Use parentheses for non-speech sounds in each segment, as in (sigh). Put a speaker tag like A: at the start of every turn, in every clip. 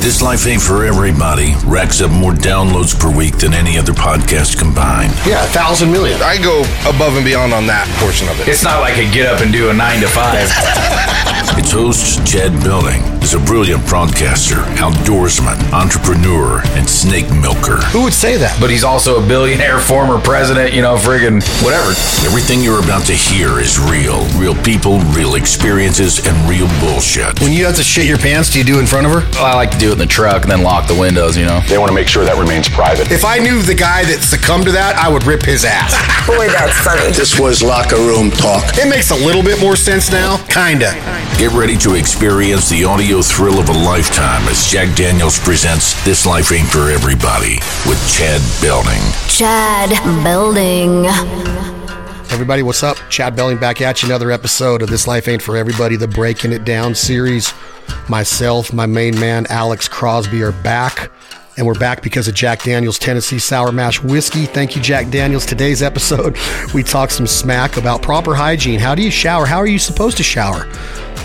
A: This Life Ain't For Everybody racks up more downloads per week than any other podcast combined.
B: Yeah, a thousand million.
C: I go above and beyond on that portion of it.
D: It's not like a get up and do a nine to five.
A: Its host, Chad Building, is a brilliant broadcaster, outdoorsman, entrepreneur, and snake milker.
B: Who would say that?
D: but he's also a billionaire, former president, you know, friggin' whatever.
A: Everything you're about to hear is real. Real people, real experiences, and real bullshit.
B: When you have to shit your pants, do you do it in front of her?
D: Well, I like to do it in the truck and then lock the windows, you know.
E: They want to make sure that remains private.
B: If I knew the guy that succumbed to that, I would rip his ass. (laughs)
F: Boy, that's funny.
E: This was locker room talk.
B: it makes a little bit more sense now. Kinda.
A: Get ready to experience the audio thrill of a lifetime as Jack Daniels presents This Life Ain't For Everybody with Chad Belding.
G: Chad Building.
B: Everybody, what's up? Chad Belling back at you. Another episode of This Life Ain't For Everybody, the Breaking It Down series. Myself, my main man, Alex Crosby, are back. And we're back because of Jack Daniels Tennessee Sour Mash Whiskey. Thank you, Jack Daniels. Today's episode, (laughs) we talk some smack about proper hygiene. How do you shower? How are you supposed to shower?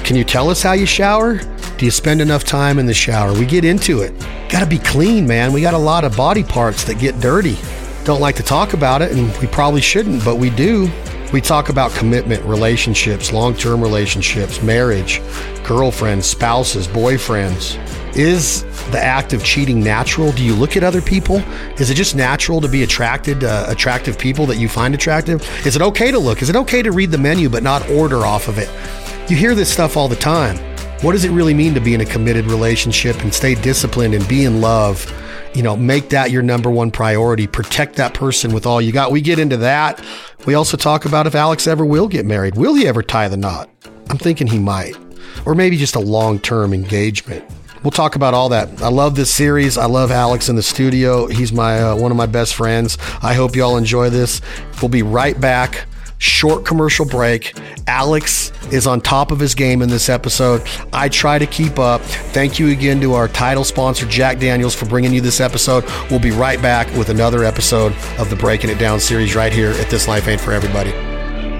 B: Can you tell us how you shower? Do you spend enough time in the shower? We get into it. Gotta be clean, man. We got a lot of body parts that get dirty don't like to talk about it, and we probably shouldn't, but we do. We talk about commitment, relationships, long term relationships, marriage, girlfriends, spouses, boyfriends. Is the act of cheating natural? Do you look at other people? Is it just natural to be attracted to uh, attractive people that you find attractive? Is it okay to look? Is it okay to read the menu but not order off of it? You hear this stuff all the time. What does it really mean to be in a committed relationship and stay disciplined and be in love? you know, make that your number one priority. Protect that person with all you got. We get into that. We also talk about if Alex ever will get married. Will he ever tie the knot? I'm thinking he might, or maybe just a long term engagement. We'll talk about all that. I love this series. I love Alex in the studio. He's my uh, one of my best friends. I hope y'all enjoy this. We'll be right back short commercial break. Alex is on top of his game in this episode. I try to keep up. Thank you again to our title sponsor, Jack Daniels, for bringing you this episode. We'll be right back with another episode of the Breaking It Down series right here at This Life Ain't For Everybody.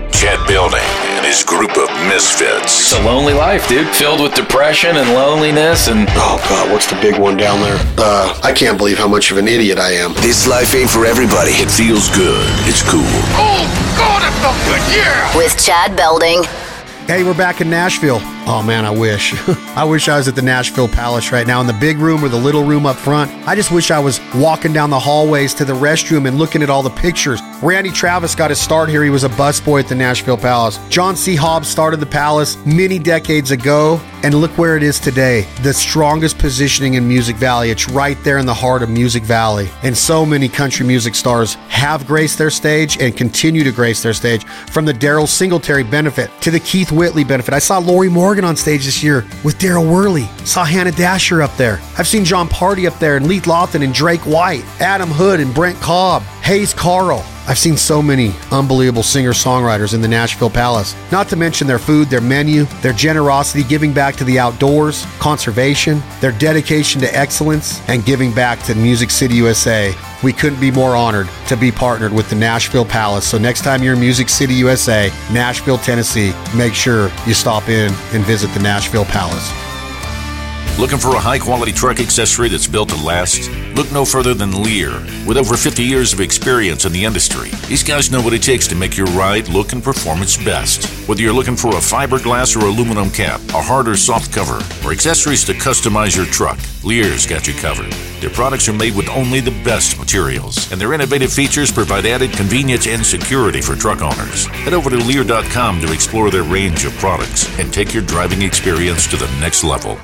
A: Chad Belding and his group of misfits.
D: It's a lonely life, dude. Filled with depression and loneliness and
B: Oh, God, what's the big one down there? Uh, I can't believe how much of an idiot I am.
E: This life ain't for everybody.
A: It feels good. It's cool.
G: With Chad Belding.
B: Hey, we're back in Nashville. Oh man, I wish. (laughs) I wish I was at the Nashville Palace right now in the big room or the little room up front. I just wish I was walking down the hallways to the restroom and looking at all the pictures. Randy Travis got his start here. He was a busboy at the Nashville Palace. John C. Hobbs started the Palace many decades ago, and look where it is today. The strongest positioning in Music Valley. It's right there in the heart of Music Valley. And so many country music stars have graced their stage and continue to grace their stage from the Daryl Singletary benefit to the Keith Whitley benefit. I saw Lori Morgan on stage this year with Daryl Worley. Saw Hannah Dasher up there. I've seen John Party up there and Leith Lofton and Drake White, Adam Hood and Brent Cobb, Hayes Carl. I've seen so many unbelievable singer songwriters in the Nashville Palace, not to mention their food, their menu, their generosity, giving back to the outdoors, conservation, their dedication to excellence, and giving back to Music City USA. We couldn't be more honored to be partnered with the Nashville Palace. So next time you're in Music City USA, Nashville, Tennessee, make sure you stop in and visit the Nashville Palace.
A: Looking for a high quality truck accessory that's built to last? Look no further than Lear. With over 50 years of experience in the industry, these guys know what it takes to make your ride look and perform its best. Whether you're looking for a fiberglass or aluminum cap, a hard or soft cover, or accessories to customize your truck, Lear's got you covered. Their products are made with only the best materials, and their innovative features provide added convenience and security for truck owners. Head over to Lear.com to explore their range of products and take your driving experience to the next level.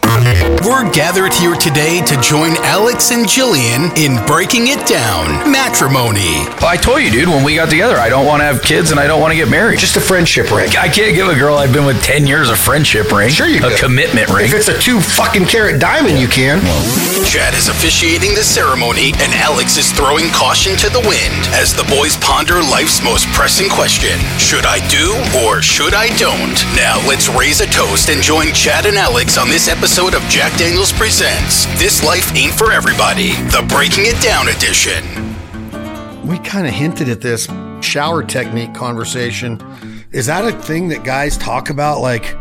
H: We're gathered here today to join Alex and Jillian in breaking it down matrimony.
D: Well, I told you, dude, when we got together, I don't want to have kids and I don't want to get married.
B: Just a friendship ring.
D: I can't give a girl I've been with 10 years a friendship ring.
B: Sure you
D: A
B: could.
D: commitment ring.
B: If it's a two fucking carat diamond, you can.
H: Chad is officiating the ceremony, and Alex is throwing caution to the wind as the boys ponder life's most pressing question Should I do or should I don't? Now, let's raise a toast and join Chad and Alex on this episode of Jack Daniels Presents This Life Ain't For Everybody, the Breaking It Down edition.
B: we kind of hinted at this shower technique conversation. Is that a thing that guys talk about? Like,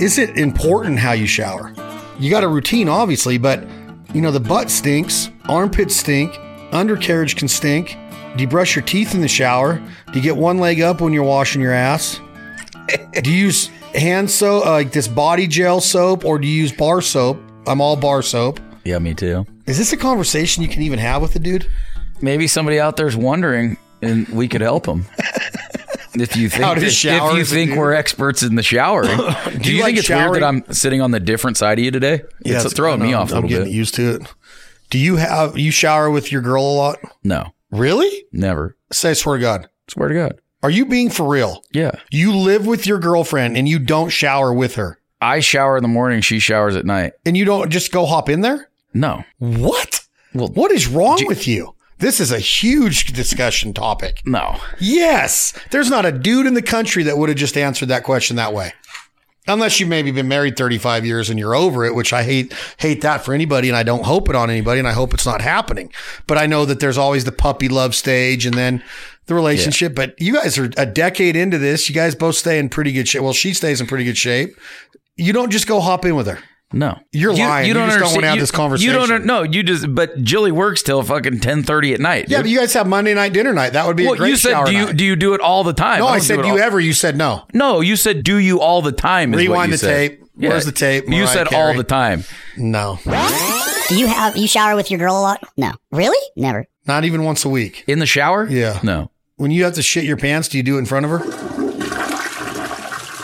B: is it important how you shower? You got a routine, obviously, but You know, the butt stinks, armpits stink, undercarriage can stink. Do you brush your teeth in the shower? Do you get one leg up when you're washing your ass? do you use hand soap, uh, like this body gel soap, or do you use bar soap? I'm all bar soap.
F: Yeah, me too.
B: Is this a conversation you can even have with a dude?
F: Maybe somebody out there's wondering, and we could
D: (laughs)
F: help them. If you think
B: How to
F: that-
B: shower
F: if you
B: as a
F: think
B: dude.
F: we're experts in the
B: (laughs)
F: showering, do, you,
B: like
F: think it's
B: showering?
F: weird that I'm sitting on the different side of you today? it's throwing
B: I
F: me
B: know,
F: off a
B: I'm
F: little
B: getting
F: bit.
B: used to it. Do you have you shower with your girl a lot?
F: No,
B: Really?
F: never.
B: Say, I swear to God.
F: Swear to God.
B: Are you being for real?
F: Yeah,
B: You live with your girlfriend and you don't shower with her,
F: I shower in the morning. She showers at night.
B: and you don't just go hop in there.
F: No,
B: What?
F: Well,
B: what is wrong
F: do-
B: with you? This is a huge discussion topic.
F: no.
B: Yes, there's not a dude in the country that would have just answered that question that way. Unless you've maybe been married 35 years and you're over it, which I hate hate that for anybody and I don't hope it on anybody and I hope it's not happening. But I know that there's always the puppy love stage and then the relationship, but you guys are a decade into this. You guys both stay in pretty good shape. Well, she stays in pretty good shape. You don't just go hop in with her.
F: No,
B: You're lying. You just don't
F: understand-
B: wanna have this
F: You
B: conversation.
F: don't. No, you just. But Jilly works till fucking ten thirty at night.
B: Yeah, but you guys have Monday night dinner night. That would be a
F: well,
B: great
F: you said
B: shower
F: do you
B: night.
F: do you do it all the time?
B: no,
F: don't
B: I
F: do
B: said
F: it
B: do you
F: all-
B: ever. You said no.
F: No, you said do you all the time. Is what
B: Rewind
F: you
B: the
F: said.
B: tape. Where's the tape,
F: You
B: Mariah
F: said
B: Carey?
F: all the time.
B: No.
I: Do you have you shower with your girl a lot? No, really, never.
B: Not even once a week.
F: In the shower?
B: Yeah.
F: No.
B: When you have to shit your pants, do you do it in front of her?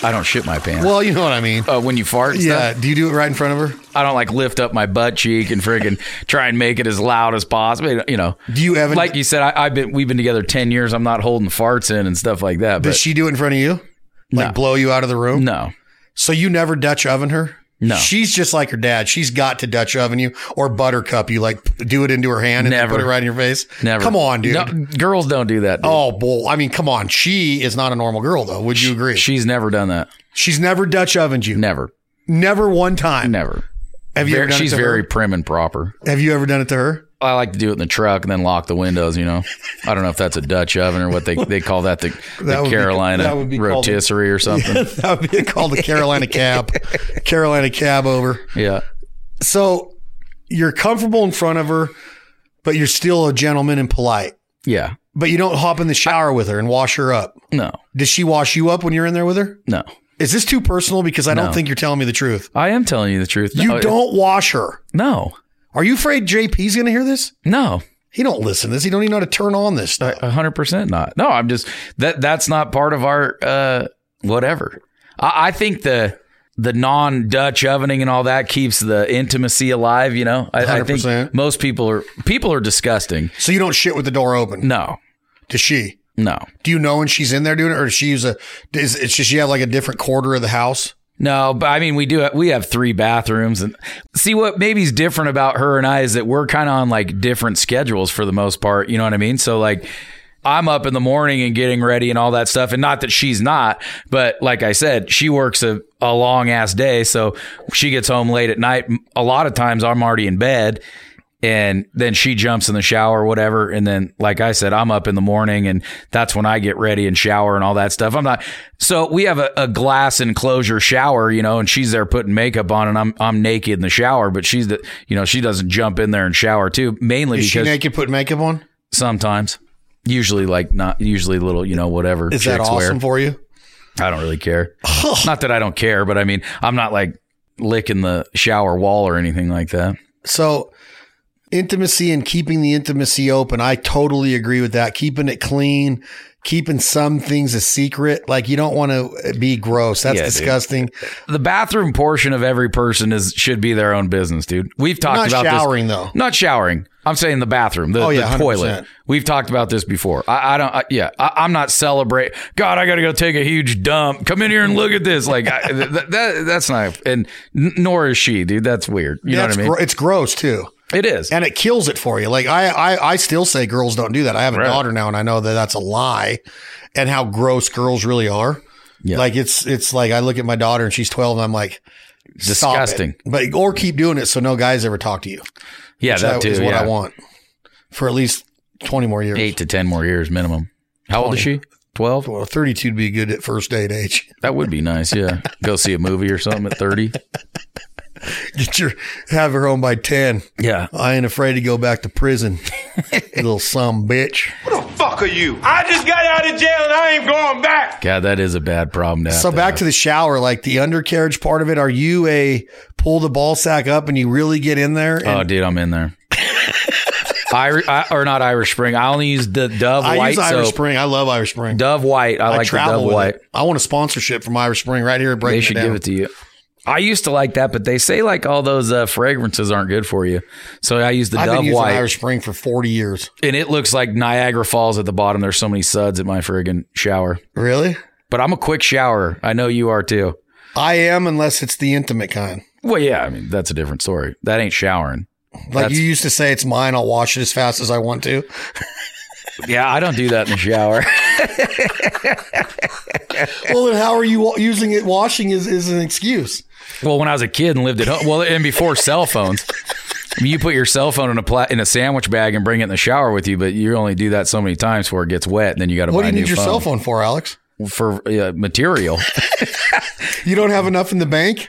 F: I don't shit my pants.
B: Well, you know what I mean.
F: uh, when you fart, and
B: (laughs) Yeah.
F: stuff,
B: Do you do it right in front of her?
F: I don't like lift up my butt cheek and freaking try and make it as loud as possible. You know,
B: Do you ever?
F: like you said, I, I've been we've been together ten years. I'm not holding farts in and stuff like that. But
B: does she do it in front of you? Like
F: No.
B: blow you out of the room?
F: no,
B: So you never Dutch oven her?
F: No.
B: She's just like her dad. She's got to Dutch oven you or buttercup you. Like do it into her hand and then
F: Never.
B: put it right in your face.
F: never.
B: Come on, dude.
F: No, girls don't do that. Dude.
B: Oh, bull. I mean, come on. She is not a normal girl, though. Would you agree?
F: she's never done that.
B: She's never Dutch ovened you.
F: Never,
B: Never one time.
F: never.
B: Have you
F: Very-
B: ever done
F: she's
B: it to
F: very
B: her?
F: prim and proper.
B: Have you ever done it
F: (laughs)
B: to her?
F: I like to do it in the truck and then lock the windows. You know, I don't know if that's a Dutch oven or what they, they call that the,
B: (laughs)
F: the
B: That would be-
F: Carolina
B: that would be called-
F: rotisserie or something.
B: (laughs)
F: Yeah.
B: that would be called
F: (laughs)
B: the Carolina cab. Carolina cab over. So you're comfortable in front of her, but you're still a gentleman and polite.
F: yeah,
B: But you don't hop in the shower with her and wash her up.
F: no,
B: Does she wash you up when you're in there with her?
F: no.
B: Is this too personal? Because I don't think you're telling me the truth.
F: I am telling you the truth.
B: You
F: No, it-
B: don't wash her.
F: No,
B: Are you afraid JP's going to hear this?
F: no,
B: He don't listen to this. He don't even know how to turn on this stuff.
F: a hundred percent not. No, I'm just that that's not part of our uh whatever. I, I think the the non Dutch ovening and all that keeps the intimacy alive. You know, I, I think
B: 100%.
F: most people are people are disgusting.
B: So you don't shit with the door open.
F: No,
B: Does she?
F: no,
B: Do you know when she's in there doing it, or does she use a? Is, does she have like a different quarter of the house?
F: no. But I mean, we do we have three bathrooms and see what maybe's different about her and I is that we're kind of on like different schedules for the most part. You know what I mean? So like. I'm up in the morning and getting ready and all that stuff. And not that she's not, but like I said, she works a, a long ass day. So she gets home late at night. A lot of times I'm already in bed and then she jumps in the shower or whatever. And then, like I said, I'm up in the morning and that's when I get ready and shower and all that stuff. I'm not, so we have a, a glass enclosure shower, you know, and she's there putting makeup on and I'm, I'm naked in the shower, but she's the, you know, she doesn't jump in there and shower too, mainly
B: Is she
F: because
B: naked putting makeup on?
F: sometimes usually like not usually little you know whatever
B: Is that
F: chicks
B: awesome
F: wear.
B: for you?
F: i don't really
B: (laughs)
F: care not that i don't care but i mean i'm not like licking the shower wall or anything like that
B: So intimacy and keeping the intimacy open. I totally agree with that. Keeping it clean, keeping some things a secret. Like you don't want to be gross. That's
F: Yeah, dude.
B: disgusting.
F: the bathroom portion of every person is should be their own business dude we've
B: Not
F: talked about
B: showering
F: this
B: though.
F: not showering i'm saying the bathroom the,
B: Oh, yeah,
F: the toilet
B: 100%.
F: we've talked about this before i, I don't I, yeah I, i'm not celebrate god i gotta go take a huge dump come in here and look at this like I, (laughs) th- th- that, that's not and n- nor is she dude that's weird you know what i
B: That's
F: mean
B: gro- it's gross too.
F: it is
B: And it kills it for you. Like I, I, I still say girls don't do that. I have a
F: Right.
B: daughter now and I know that that's a lie and how gross girls really are. Like it's, it's like I look at my daughter and she's 12 and I'm like, stop it.
F: Disgusting.
B: But, or keep doing it. So no guys ever talk to you.
F: Yeah, that,
B: That
F: too.
B: is what
F: yeah.
B: I want for at least 20 more years.
F: Eight to ten more years minimum. How old is she? Twelve.
B: Well, 32 would be good at first date age.
F: That would be nice. Yeah, go see a movie or something at thirty.
B: (laughs) Get your have her home by ten.
F: Yeah.
B: I ain't afraid to go back to prison. (laughs) Little some bitch.
J: Fuck are you? I just got out of jail and I ain't going back.
F: God, that is a bad problem. To have
B: So
F: to
B: back
F: have.
B: to the shower, like the undercarriage part of it. Are you a pull the ball sack up and you really get in there? And
F: Oh, dude, I'm in
B: (laughs)
F: there. Irish I, or not Irish Spring. I only use the Dove
B: I
F: White
B: use Irish
F: soap.
B: Spring. I love Irish Spring.
F: Dove White. I,
B: I
F: like the
B: travel
F: Dove
B: with
F: White.
B: it. I want a sponsorship from Irish Spring right here at Breaking
F: They should
B: It Down.
F: give it to you. I used to like that, but they say like all those uh, fragrances aren't good for you. So I use the
B: I've been
F: Dove
B: using
F: White,
B: Irish Spring for 40 years.
F: and it looks like Niagara Falls at the bottom. There's so many suds at my friggin' shower.
B: Really?
F: But I'm a quick shower. I know you are too.
B: I am, unless it's the intimate kind.
F: Well, yeah, I mean that's a different story. That ain't showering.
B: Like
F: That's-
B: you used to say, it's mine. I'll wash it as fast as I want to.
F: Yeah, I don't do that in the shower. (laughs)
B: (laughs) well, then how are you wa- using it? Washing is, is an excuse.
F: Well, when I was a kid and lived at home, well, and before cell phones, I mean, you put your cell phone in a pla- in a sandwich bag and bring it in the shower with you, but you only do that so many times before it gets wet, and then you got to
B: What
F: buy
B: do you
F: a new
B: need your
F: phone
B: cell phone for, Alex?
F: for uh, material. (laughs)
B: You don't have enough in the bank?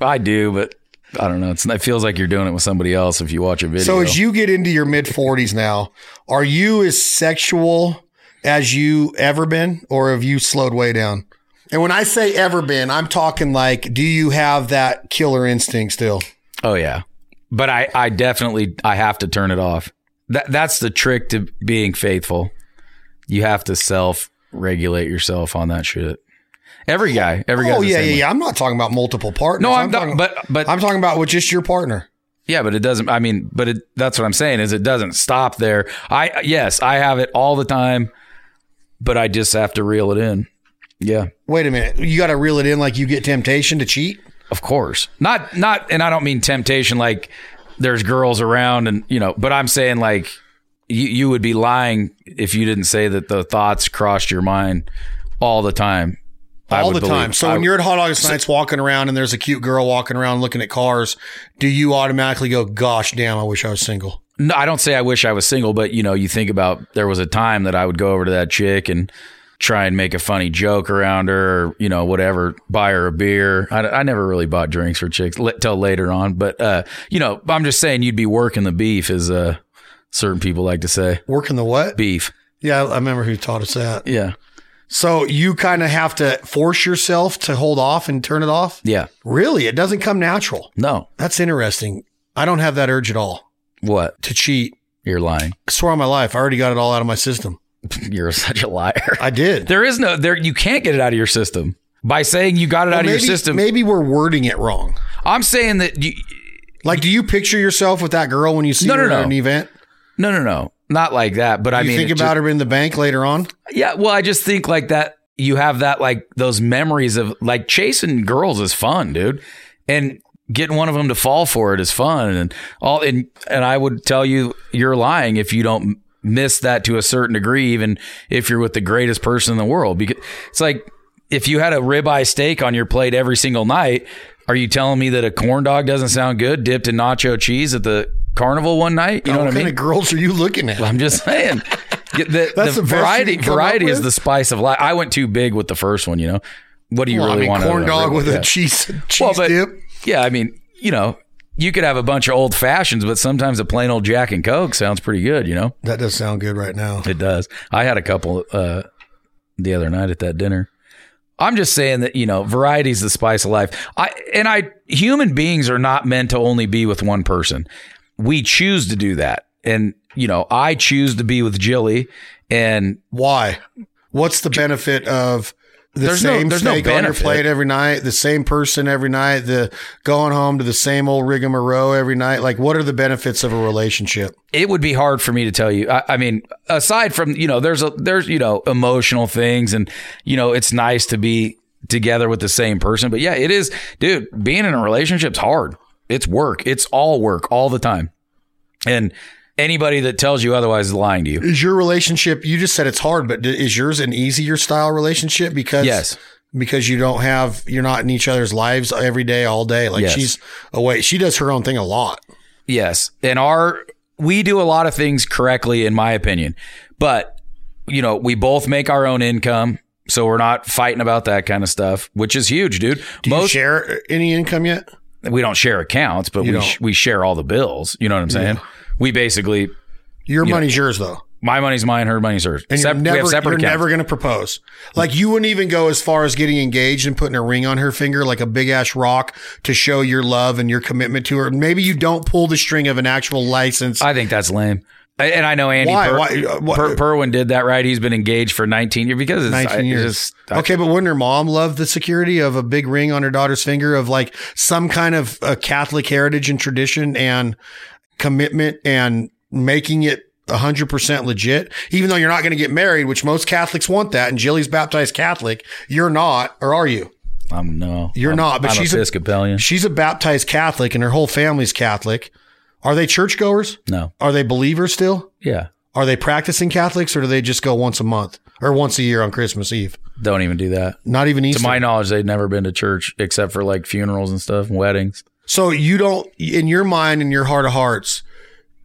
F: I do, but I don't know. It's, it feels like you're doing it with somebody else if you watch a video.
B: So as you get into your mid 40s now, are you as sexual as you ever been or have you slowed way down? And when I say ever been, I'm talking like do you have that killer instinct still?
F: oh yeah, but I I definitely I have to turn it off. That that's the trick to being faithful. You have to self regulate yourself on that shit. Every guy, every guy.
B: Oh yeah, yeah, yeah. I'm not talking about multiple partners.
F: No, I'm, not.
B: talking,
F: but but
B: I'm talking about with just your partner.
F: Yeah, but it doesn't. I mean, but it, that's what I'm saying is it doesn't stop there. I yes, I have it all the time, but I just have to reel it in. Yeah,
B: Wait a minute. You got to reel it in like you get temptation to cheat?
F: of course. Not not, and I don't mean temptation like there's girls around and you know. But I'm saying like you you would be lying if you didn't say that the thoughts crossed your mind all the time. I
B: All
F: would
B: the
F: believe.
B: time. So
F: I-
B: when you're at Hot August Nights walking around and there's a cute girl walking around looking at cars, do you automatically go, gosh damn, I wish I was single?
F: No, I don't say I wish I was single, but you know, you think about there was a time that I would go over to that chick and try and make a funny joke around her, or, you know, whatever, buy her a beer. I, I never really bought drinks for chicks li- till later on, but uh, you know, I'm just saying you'd be working the beef, as uh, certain people like to say,
B: Working the what?
F: beef.
B: Yeah, I remember who taught us that.
F: Yeah,
B: So you kind of have to force yourself to hold off and turn it off?
F: yeah.
B: Really? It doesn't come natural.
F: No,
B: That's interesting. I don't have that urge at all
F: what?
B: to cheat.
F: You're lying.
B: I swear on my life, I already got it all out of my system.
F: You're (laughs) such a liar.
B: I did.
F: There is no there. You can't get it out of your system by saying you got it out
B: maybe,
F: of your system.
B: Maybe we're wording it wrong.
F: I'm saying that you,
B: Like, do you picture yourself with that girl when you see
F: No,
B: her
F: no,
B: at
F: no.
B: an event?
F: no, no, no, not like that. But I
B: Do you
F: mean,
B: think
F: it just-
B: about her in the bank later on?
F: Yeah, well, I just think like that you have that like those memories of like chasing girls is fun, dude. And getting one of them to fall for it is fun and all and and I would tell you you're lying if you don't m- miss that to a certain degree even if you're with the greatest person in the world because it's like if you had a ribeye steak on your plate every single night, are you telling me that a corn dog doesn't sound good dipped in nacho cheese at the carnival one night? You know
B: what
F: what I mean?
B: kind of girls are you looking at?
F: I'm just saying. Yeah, The,
B: (laughs) That's
F: the
B: the best you
F: variety
B: can come up
F: variety is
B: with?
F: the spice of life. I went too big with the first one, you know. What do you
B: Well,
F: really
B: I
F: want?
B: mean,
F: out of
B: corn
F: that
B: dog
F: rib?
B: with
F: Yeah.
B: a cheese, (laughs) cheese
F: Well, but-
B: dip.
F: Yeah, I mean, you know, you could have a bunch of old fashions, but sometimes a plain old Jack and Coke sounds pretty good, you know.
B: That does sound good right now.
F: (laughs) It does. I had a couple uh, the other night at that dinner. I'm just saying that you know, variety is the spice of life. I and I human beings are not meant to only be with one person. We choose to do that, and you know, I choose to be with Jilly, and
B: Why? What's the benefit of the
F: There's no-
B: same
F: there's no
B: steak on your
F: benefit.
B: plate every night, the same person every night, the going home to the same old rigmarole every night? Like, what are the benefits of a relationship?
F: it would be hard for me to tell you. I, I mean, aside from you know, there's a there's you know emotional things, and you know, it's nice to be together with the same person. But yeah, it is, dude. Being in a relationship's hard. It's work. It's all work all the time. And anybody that tells you otherwise is lying to you.
B: Is your relationship? You just said it's hard, but d- is yours an easier style relationship? Because
F: Yes.
B: because you don't have you're not in each other's lives every day, all day. Like
F: Yes.
B: she's away. She does her own thing a lot.
F: Yes, and our we do a lot of things correctly, in my opinion. But you know, we both make our own income, so we're not fighting about that kind of stuff, which is huge, dude.
B: Do you share any income yet?
F: we don't share accounts, but we
B: You don't.
F: sh- we share all the bills. You know what I'm saying? We basically
B: Your
F: Yeah.
B: money's yours though.
F: my money's mine, her money's hers.
B: And
F: Sep-
B: you're
F: we
B: never,
F: have separate
B: you're
F: accounts.
B: never going to propose. Like you wouldn't even go as far as getting engaged and putting a ring on her finger, like a big ass rock, to show your love and your commitment to her. Maybe you don't pull the string of an actual license.
F: I think that's lame. I- And I know Andy
B: Why?
F: Per-
B: Why- uh, what-
F: Per- Perwin did that right. He's been engaged for 19 years because it's
B: 19
F: I-
B: years.
F: it's just- I-
B: okay, but wouldn't her mom love the security of a big ring on her daughter's finger of like some kind of uh Catholic heritage and tradition and commitment and making it 100% legit, even though you're not going to get married, which most Catholics want that. And Jilly's baptized Catholic. You're not, or are you?
F: I'm no.
B: You're
F: I'm-
B: not, but
F: I'm
B: she's a-
F: Episcopalian.
B: She's a baptized Catholic and her whole family's Catholic. Are they churchgoers?
F: no.
B: Are they believers still?
F: Yeah.
B: Are they practicing Catholics or do they just go once a month or once a year on Christmas Eve?
F: Don't even do that.
B: Not even Easter.
F: To my knowledge, they'd never been to church except for like funerals and stuff, and weddings.
B: So you don't, in your mind, in your heart of hearts,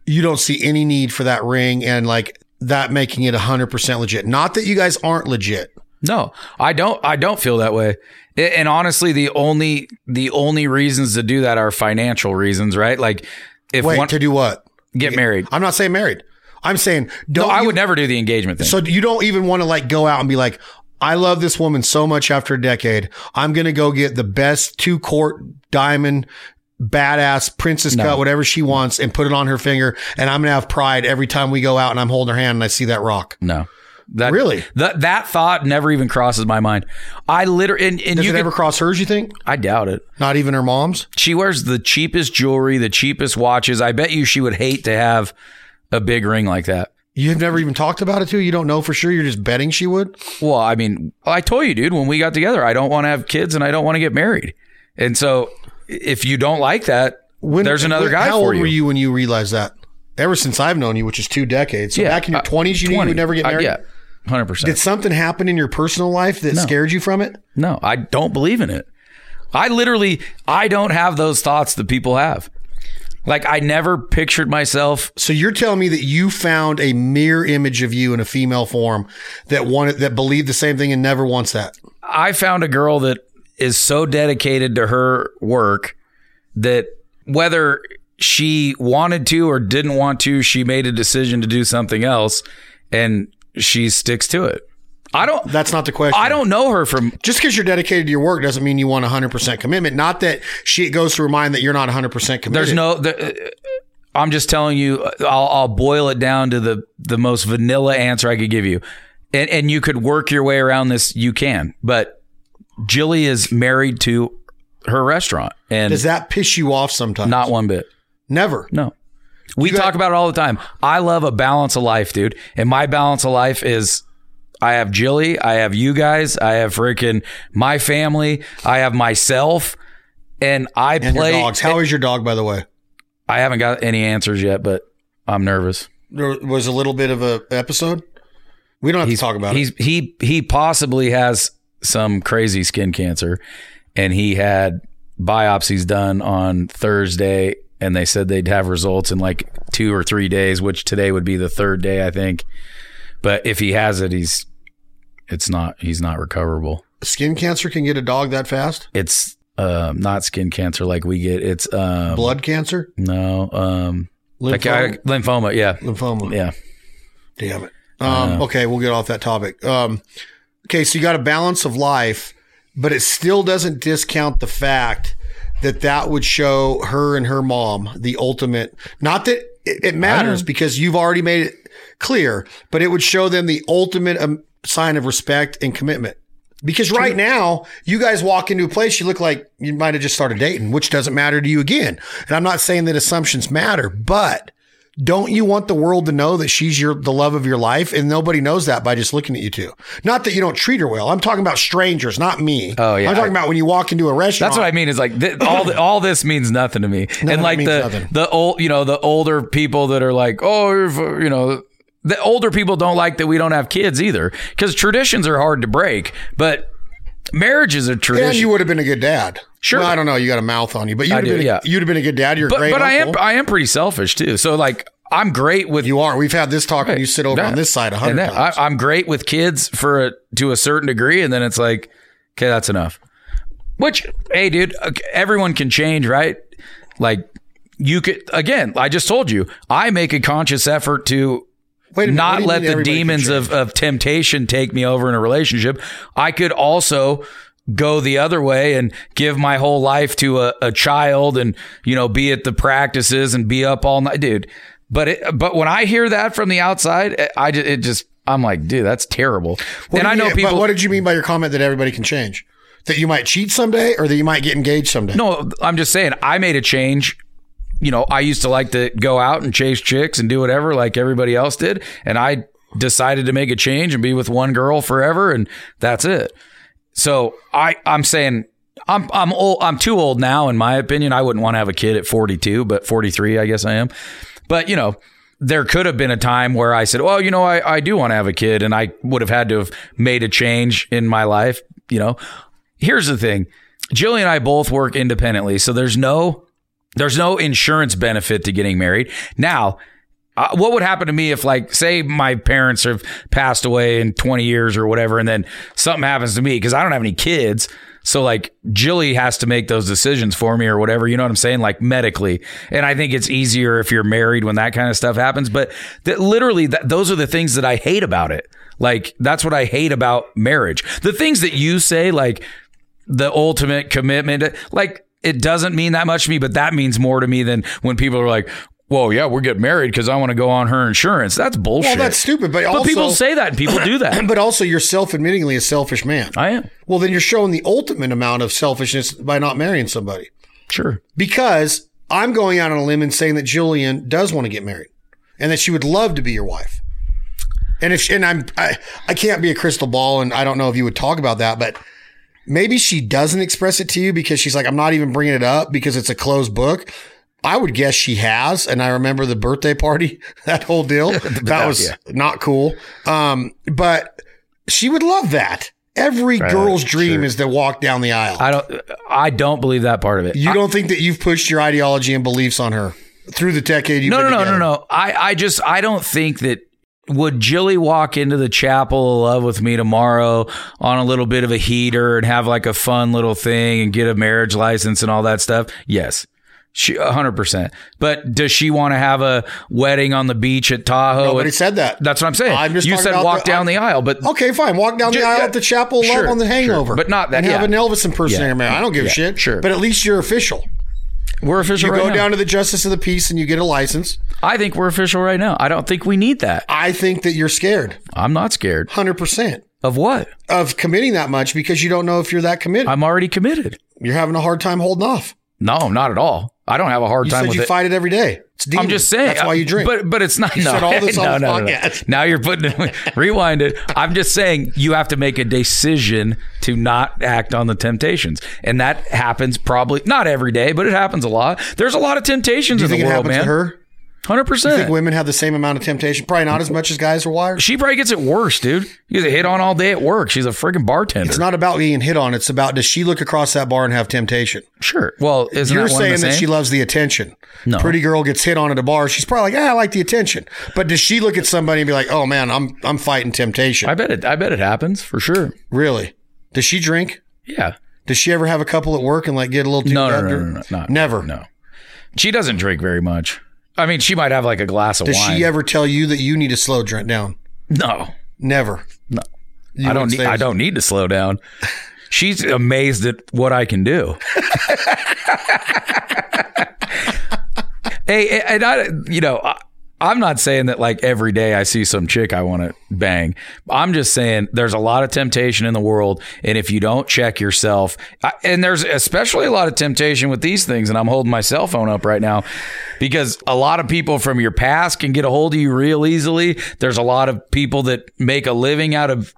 B: you don't see any need for that ring and like that making it 100% legit. Not that you guys aren't legit.
F: No, I don't. I don't feel that way. A- And honestly, the only the only reasons to do that are financial reasons, right? Like if
B: Wait,
F: one
B: to do what?
F: get
B: (laughs)
F: married.
B: I'm not saying married. I'm saying
F: No,
B: don't.
F: I
B: you-
F: would never do the engagement thing.
B: So you don't even want to like go out and be like, I love this woman so much after a decade. I'm going to go get the best two quart diamond badass princess cut, whatever she wants and put it on her finger. And I'm going to have pride every time we go out and I'm holding her hand and I see that rock.
F: no. That,
B: Really?
F: That that thought never even crosses my mind. I literally and, and
B: Does
F: you
B: it
F: could-
B: ever cross hers? You think?
F: I doubt it.
B: Not even her mom's?
F: She wears the cheapest jewelry, the cheapest watches. I bet you she would hate to have a big ring like that.
B: You've never even talked about it too. You don't know for sure. You're just betting she would.
F: Well, I mean, I told you, dude, when we got together, I don't want to have kids and I don't want to get married. And so if you don't like that,
B: When
F: there's another
B: when-
F: guy
B: How
F: for
B: old
F: you.
B: were you when you realized that? Ever since I've known you, which is two decades. So back in your
F: uh,
B: twenties, you knew you
F: 20.
B: would never get
F: Uh,
B: married.
F: yeah, hundred percent.
B: Did something happen in your personal life that scared you from it?
F: No, I don't believe in it. I literally, I don't have those thoughts that people have. Like I never pictured myself.
B: So you're telling me that you found a mirror image of you in a female form that wanted that believed the same thing and never wants that.
F: I found a girl that is so dedicated to her work that whether she wanted to or didn't want to, she made a decision to do something else, and she sticks to it. I don't.
B: That's not the question.
F: I don't know her from
B: Just because you're dedicated to your work doesn't mean you want 100% commitment. Not that she it goes through her mind that you're not 100% committed.
F: There's no. The, uh, I'm just telling you. uh, I'll, I'll boil it down to the the most vanilla answer I could give you, and and you could work your way around this. You can, but Jilly is married to her restaurant, and
B: Does that piss you off sometimes?
F: not one bit.
B: Never.
F: No. We
B: got-
F: talk about it all the time. I love a balance of life, dude. And my balance of life is I have Jilly, I have you guys, I have freaking my family, I have myself, and I
B: And
F: play
B: your dogs. How is your dog, by the way?
F: I haven't got any answers yet, but I'm nervous.
B: There was a little bit of a episode. We don't have to talk about
F: he's,
B: it.
F: He he possibly has some crazy skin cancer, and he had biopsies done on Thursday, and they said they'd have results in like two or three days, which today would be the third day, I think. But if he has it, he's it's not he's not recoverable.
B: Skin cancer can get a dog that fast.
F: It's um, not skin cancer like we get. It's um,
B: Blood cancer,
F: No, um,
B: lymphoma.
F: like, I- lymphoma. Yeah,
B: lymphoma.
F: yeah. Uh-huh.
B: Damn it. Um, okay, we'll get off that topic. Um, okay, so you got a balance of life, but it still doesn't discount the fact that that would show her and her mom the ultimate. Not that it, it matters
F: Uh-huh.
B: because you've already made it clear, but it would show them the ultimate um, sign of respect and commitment. Because right now, you guys walk into a place, you look like you might have just started dating, which doesn't matter to you again. And I'm not saying that assumptions matter, but don't you want the world to know that she's your the love of your life and nobody knows that by just looking at you two not that you don't treat her well i'm talking about strangers not me
F: Oh, yeah.
B: i'm talking about when you walk into a restaurant
F: That's what I mean. Is like th- all the, all this means nothing to me,
B: of
F: and
B: it
F: like
B: means
F: the
B: nothing.
F: the old you know the older people that are like oh you're f- you know the older people don't like that we don't have kids either because traditions are hard to break, but marriage is a tradition.
B: and you would have been a good dad
F: Sure.
B: Well, i don't know you got a mouth on you but you'd
F: I
B: have,
F: do,
B: been a,
F: yeah.
B: you'd have been a good dad you're a
F: but
B: great
F: but I am
B: uncle.
F: I am pretty selfish too. So like I'm great with
B: you are we've had this talk when you sit over
F: Yeah.
B: on this side a
F: and
B: hundred
F: that-
B: times
F: I, I'm great with kids for a, to a certain degree, and then it's like okay that's enough. Which, hey, dude, okay, everyone can change, right? Like, you could, again, I just told you, I make a conscious effort to
B: Wait a minute, what
F: not
B: do you
F: let
B: mean
F: the
B: everybody can
F: demons
B: change?
F: of, of temptation take me over in a relationship. I could also go the other way and give my whole life to a, a child and, you know, be at the practices and be up all night, dude. But it, but when I hear that from the outside, I- I just, it just, I'm like, dude, that's terrible.
B: What
F: and
B: do
F: I
B: you-
F: know
B: but
F: people.
B: what did you mean by your comment that everybody can change? That you might cheat someday, or that you might get engaged someday?
F: No, I'm just saying I made a change. You know, I used to like to go out and chase chicks and do whatever like everybody else did, and I decided to make a change and be with one girl forever and that's it. So, I I'm saying I'm I'm old I'm too old now in my opinion. I wouldn't want to have a kid at 42, but 43 I guess I am. But, you know, there could have been a time where I said, well, you know, I, I do want to have a kid and I would have had to have made a change in my life. You know, here's the thing. Jillian and I both work independently. So there's no, there's no insurance benefit to getting married. Now, uh, what would happen to me if like, say my parents have passed away in 20 years or whatever, and then something happens to me because I don't have any kids. So like Jilly has to make those decisions for me or whatever. You know what I'm saying? Like medically. And I think it's easier if you're married when that kind of stuff happens. But that literally that, those are the things that I hate about it. Like that's what I hate about marriage. The things that you say, like the ultimate commitment, like it doesn't mean that much to me, but that means more to me than when people are like, "Whoa, yeah, we're getting married because I want to go on her insurance." That's bullshit.
B: Well, that's stupid, but also-
F: people say that and people do
B: (coughs)
F: that.
B: (clears throat) But also, you're self-admittingly a selfish man.
F: I am
B: Well, then you're showing the ultimate amount of selfishness by not marrying somebody.
F: sure.
B: Because I'm going out on a limb and saying that Jillian does want to get married, and that she would love to be your wife. And if and I'm I, I can't be a crystal ball, and I don't know if you would talk about that, but maybe she doesn't express it to you because she's like, I'm not even bringing it up because it's a closed book. I would guess she has, and I remember the birthday party, (laughs) that whole deal. that was
F: yeah.
B: not cool. Um, but she would love that. Every girl's dream is to walk down the aisle.
F: I don't. I don't believe that part of it.
B: You don't think that you've pushed your ideology and beliefs on her through the decade you've
F: no,
B: been
F: no, no, no,
B: together?
F: no. I, I just, I don't think that. Would Jilly walk into the chapel of love with me tomorrow on a little bit of a heater and have like a fun little thing and get a marriage license and all that stuff? Yes. She 100%. But does she want to have a wedding on the beach at Tahoe?
B: Nobody Oh, said that.
F: That's what I'm saying.
B: I'm just
F: you
B: talking
F: said
B: about
F: walk
B: the-
F: down the aisle, but
B: Okay, fine. Walk down the
F: Ju-
B: aisle
F: yeah,
B: at the chapel,
F: sure,
B: love on the
F: sure.
B: hangover,
F: But not that-
B: And have
F: yeah.
B: an Elvis impersonator.
F: Yeah.
B: man. I don't give
F: Yeah,
B: a shit.
F: sure.
B: but at least you're official.
F: we're official
B: You
F: right
B: go
F: now.
B: down to the justice of the peace and you get a license.
F: I think we're official right now. I don't think we need that.
B: I think that you're scared,
F: I'm not scared.
B: hundred percent,
F: Of what?
B: of committing that much because you don't know if you're that committed.
F: I'm already committed.
B: you're having a hard time holding off.
F: No, not at all. I don't have a hard
B: You
F: time
B: said
F: with
B: you
F: it.
B: fight it every day. It's demon.
F: I'm just saying. uh,
B: That's why you drink.
F: But but it's not.
B: You
F: no,
B: said all
F: (laughs)
B: this
F: no,
B: on the
F: no, no, no.
B: podcast.
F: Now you're putting it. rewind it. I'm just saying you have to make a decision to not act on the temptations, and that happens probably not every day, but it happens a lot. There's a lot of temptations
B: do you
F: in
B: think
F: the
B: it
F: world,
B: happens
F: man.
B: to her?
F: Hundred
B: You think
F: percent.
B: women have the same amount of temptation? Probably not as much as guys are wired.
F: She probably gets it worse, dude. You get hit on all day at work. She's a freaking bartender.
B: It's not about being hit on. It's about does she look across that bar and have temptation?
F: sure. Well, isn't
B: You're
F: that one
B: saying
F: and the
B: that
F: same?
B: she loves the attention.
F: No.
B: Pretty girl gets hit on at a bar. She's probably like, yeah, I like the attention. But does she look at somebody and be like, oh man, I'm I'm fighting temptation?
F: I bet it. I bet it happens for sure.
B: really? Does she drink?
F: Yeah.
B: Does she ever have a couple at work and like get a little too
F: No, no,
B: drugged
F: no,
B: or-
F: no, no, not-
B: never.
F: No. She doesn't drink very much. I mean, she might have like a glass of
B: Does
F: wine.
B: she ever tell you that you need to slow drink down?
F: no.
B: Never. No.
F: I don't. Need, I don't need to slow down. She's amazed at what I can do. hey, and I, you know, I, I'm not saying that like every day I see some chick I want to bang. I'm just saying there's a lot of temptation in the world, and if you don't check yourself, I, and there's especially a lot of temptation with these things, and I'm holding my cell phone up right now because a lot of people from your past can get a hold of you real easily. There's a lot of people that make a living out of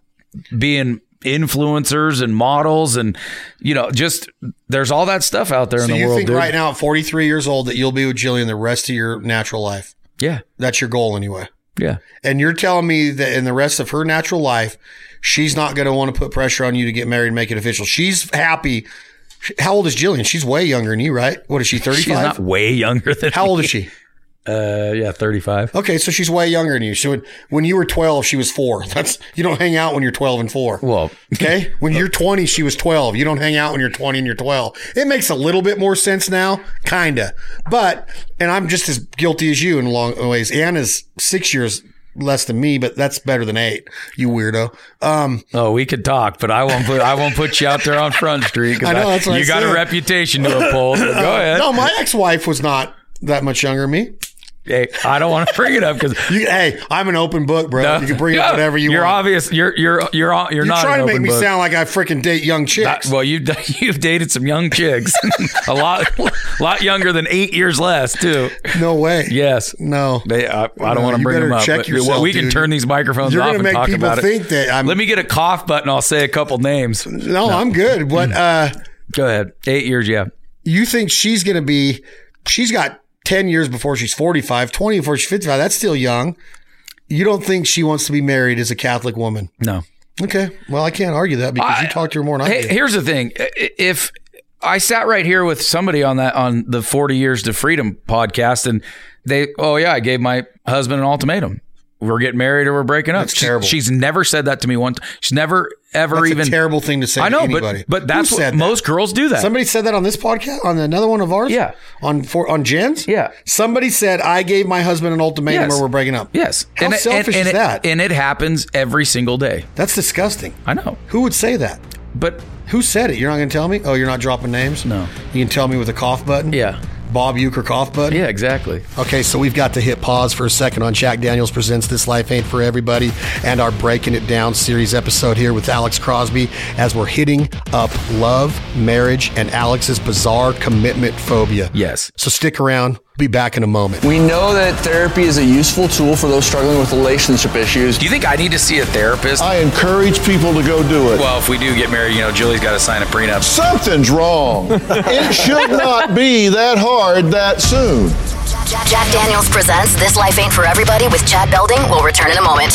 F: being influencers and models and you know just there's all that stuff out there
B: So
F: in the
B: you
F: world
B: think
F: dude.
B: right now at 43 years old that you'll be with Jillian the rest of your natural life?
F: yeah
B: That's your goal anyway.
F: yeah
B: And you're telling me that in the rest of her natural life, she's not going to want to put pressure on you to get married and make it official. She's happy. How old is Jillian? She's way younger than you, right? What is she,
F: she's
B: 35?
F: not way younger than
B: How old
F: me.
B: is she?
F: Uh, yeah, 35.
B: Okay, so she's way younger than you. She would, when you were 12, she was four. (laughs) That's you don't hang out when you're 12 and four.
F: Well, (laughs)
B: okay, when you're 20, she was 12. You don't hang out when you're 20 and you're 12. It makes a little bit more sense now, kinda. But and I'm just as guilty as you in a long ways. Anna's six years less than me, but that's better than eight. You weirdo. Um,
F: Oh, we could talk, but I won't put I won't put you out there on Front Street 'cause
B: (laughs) I know, that's what
F: you
B: I
F: got a
B: said.
F: reputation to uphold. So go ahead.
B: (laughs)
F: (laughs)
B: no, my ex-wife was not that much younger than me.
F: Hey, I don't want to bring it up because
B: You, hey, I'm an open book, bro. you can bring up whatever you
F: are
B: want.
F: obvious. You're you're you're you're, you're
B: You're
F: not
B: trying
F: an
B: to make
F: open
B: me
F: book.
B: sound like I freaking date young
F: I-
B: chicks.
F: well, you've (laughs) d- you've dated some young chicks, (laughs) a lot lot younger than eight years less too.
B: no way.
F: Yes,
B: No.
F: They, I, I don't
B: No,
F: want to
B: you
F: bring them
B: better
F: up.
B: check
F: but
B: yourself,
F: we can
B: dude.
F: turn these microphones
B: You're
F: off
B: gonna
F: and
B: make
F: talk
B: people
F: about
B: think
F: it.
B: that I'm-
F: Let me get a cough button. I'll say a couple names.
B: No, I'm good. What
F: Mm.
B: uh
F: Go ahead. Eight years, yeah.
B: you think she's going to be she's got 10 years before she's 45, 20 before she's 55. That's still young. You don't think she wants to be married as a Catholic woman.
F: No.
B: Okay. Well, I can't argue that because you
F: I-
B: talked to her more than I
F: Hey,
B: did.
F: here's the thing: I- if I sat right here with somebody on that on the 40 Years to Freedom podcast, and they, oh yeah, I gave my husband an ultimatum: we're getting married or we're breaking up.
B: That's terrible.
F: She's never said that to me once. She's never ever
B: That's
F: even
B: a terrible thing to say
F: I know,
B: to anybody.
F: but but
B: Who
F: that's what
B: said that?
F: most girls do that.
B: Somebody said that on this podcast, on another one of ours.
F: Yeah.
B: on for on Jen's.
F: Yeah.
B: somebody said I gave my husband an ultimatum,
F: Yes.
B: or we're breaking up.
F: Yes,
B: how
F: it-
B: selfish
F: and it-
B: is that?
F: And it happens every single day.
B: That's disgusting.
F: I know,
B: Who would say that?
F: but
B: Who said it? You're not going to tell me? Oh, you're not dropping names?
F: No.
B: You can tell me with a cough button?
F: Yeah.
B: Bob Euchre cough button?
F: yeah, exactly.
B: Okay, so we've got to hit pause for a second on Jack Daniels Presents This Life Ain't For Everybody and our Breaking It Down series episode here with Alex Crosby as we're hitting up love, marriage, and Alex's bizarre commitment phobia.
F: Yes.
B: So stick around. Be back in a moment.
K: We know that therapy is a useful tool for those struggling with relationship issues.
F: Do you think I need to see a therapist?
L: I encourage people to go do it.
F: well, if we do get married, you know, Julie's got to sign a prenup.
L: Something's wrong. it should not be that hard that soon.
G: Jack, Jack Daniels presents This Life Ain't For Everybody with Chad Belding. We'll return in a moment.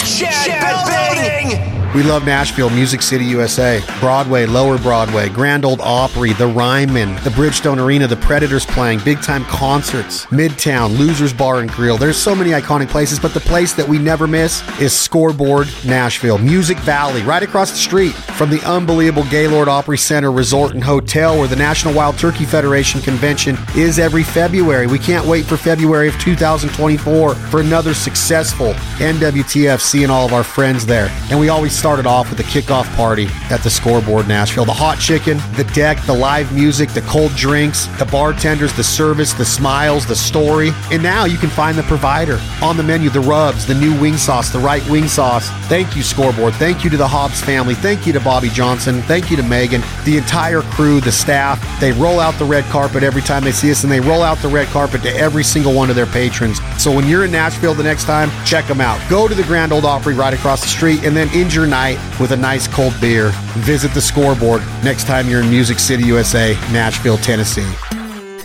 B: We love Nashville, Music City, USA, Broadway, Lower Broadway, Grand Old Opry, the Ryman, the Bridgestone Arena, the Predators playing, big time concerts, Midtown, Losers Bar and Grill. There's so many iconic places, but the place that we never miss is Scoreboard Nashville, Music Valley, right across the street from the unbelievable Gaylord Opry Center Resort and Hotel, where the National Wild Turkey Federation Convention is every February. We can't wait for February of 2024 for another successful NWTFC and all of our friends there. And we always started off with a kickoff party at the scoreboard Nashville. The hot chicken, the deck, the live music, the cold drinks, the bartenders, the service, the smiles, the story. And now you can find the provider on the menu, the rubs, the new wing sauce, the right wing sauce. Thank you, scoreboard. Thank you to the Hobbs family. Thank you to Bobby Johnson. Thank you to Megan, the entire crew, the staff. They roll out the red carpet every time they see us, and they roll out the red carpet to every single one of their patrons. So when you're in Nashville the next time, check them out. Go to the Grand Old Opry right across the street, and then end your night with a nice cold beer. Visit the scoreboard next time you're in Music City, USA, Nashville, Tennessee.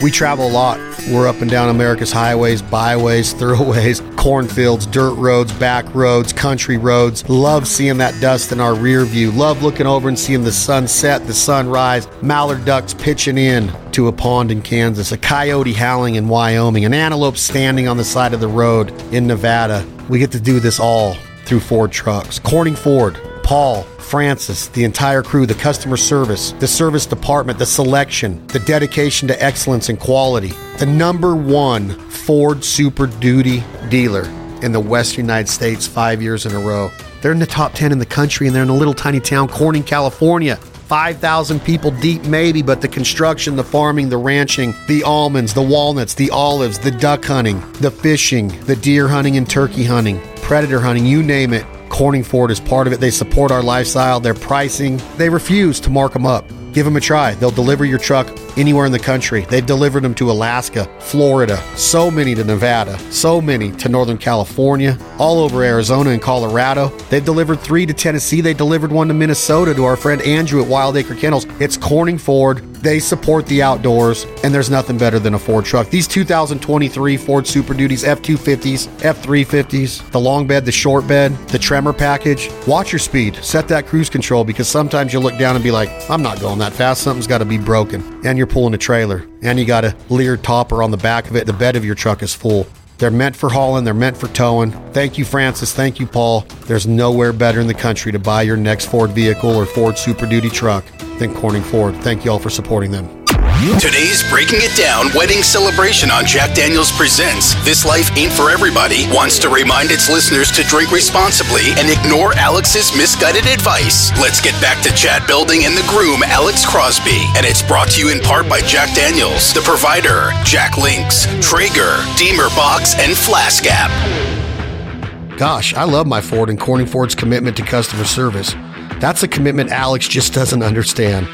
B: We travel a lot. We're up and down America's highways, byways, thoroughways, (laughs) cornfields, dirt roads, back roads, country roads. Love seeing that dust in our rear view. Love looking over and seeing the sunset, the sunrise, mallard ducks pitching in to a pond in Kansas, a coyote howling in Wyoming, an antelope standing on the side of the road in Nevada. We get to do this all through Ford trucks. Corning Ford, Paul, Francis, the entire crew, the customer service, the service department, the selection, the dedication to excellence and quality. The number one Ford Super Duty dealer in the West United States five years in a row. They're in the top 10 in the country and they're in a little tiny town, Corning, California. 5,000 people deep, maybe, but the construction, the farming, the ranching, the almonds, the walnuts, the olives, the duck hunting, the fishing, the deer hunting and turkey hunting, predator hunting, you name it. Corning Ford is part of it. They support our lifestyle, their pricing. They refuse to mark them up. Give them a try. They'll deliver your truck anywhere in the country. They've delivered them to Alaska, Florida, so many to Nevada, so many to Northern California, all over Arizona and Colorado. They've delivered three to Tennessee. They delivered one to Minnesota to our friend Andrew at Wild Acre Kennels. It's Corning Ford. They support the outdoors, and there's nothing better than a Ford truck. These 2023 Ford Super Duties, F 250s, F 350s, the long bed, the short bed, the tremor package. Watch your speed. Set that cruise control because sometimes you'll look down and be like, I'm not going that fast. Something's got to be broken. And you're pulling a trailer. And you got a Lear topper on the back of it. The bed of your truck is full. They're meant for hauling, they're meant for towing. Thank you, Francis. Thank you, Paul. There's nowhere better in the country to buy your next Ford vehicle or Ford Super Duty truck than Corning Ford. Thank you all for supporting them.
H: Today's Breaking It Down wedding celebration on Jack Daniels Presents This Life Ain't For Everybody wants to remind its listeners to drink responsibly and ignore Alex's misguided advice. Let's get back to Chad Building and the groom, Alex Crosby. And it's brought to you in part by Jack Daniels, the provider, Jack Links, Traeger, Deemer Box, and Flask app.
B: Gosh, I love my Ford and Corning Ford's commitment to customer service. That's a commitment Alex just doesn't understand.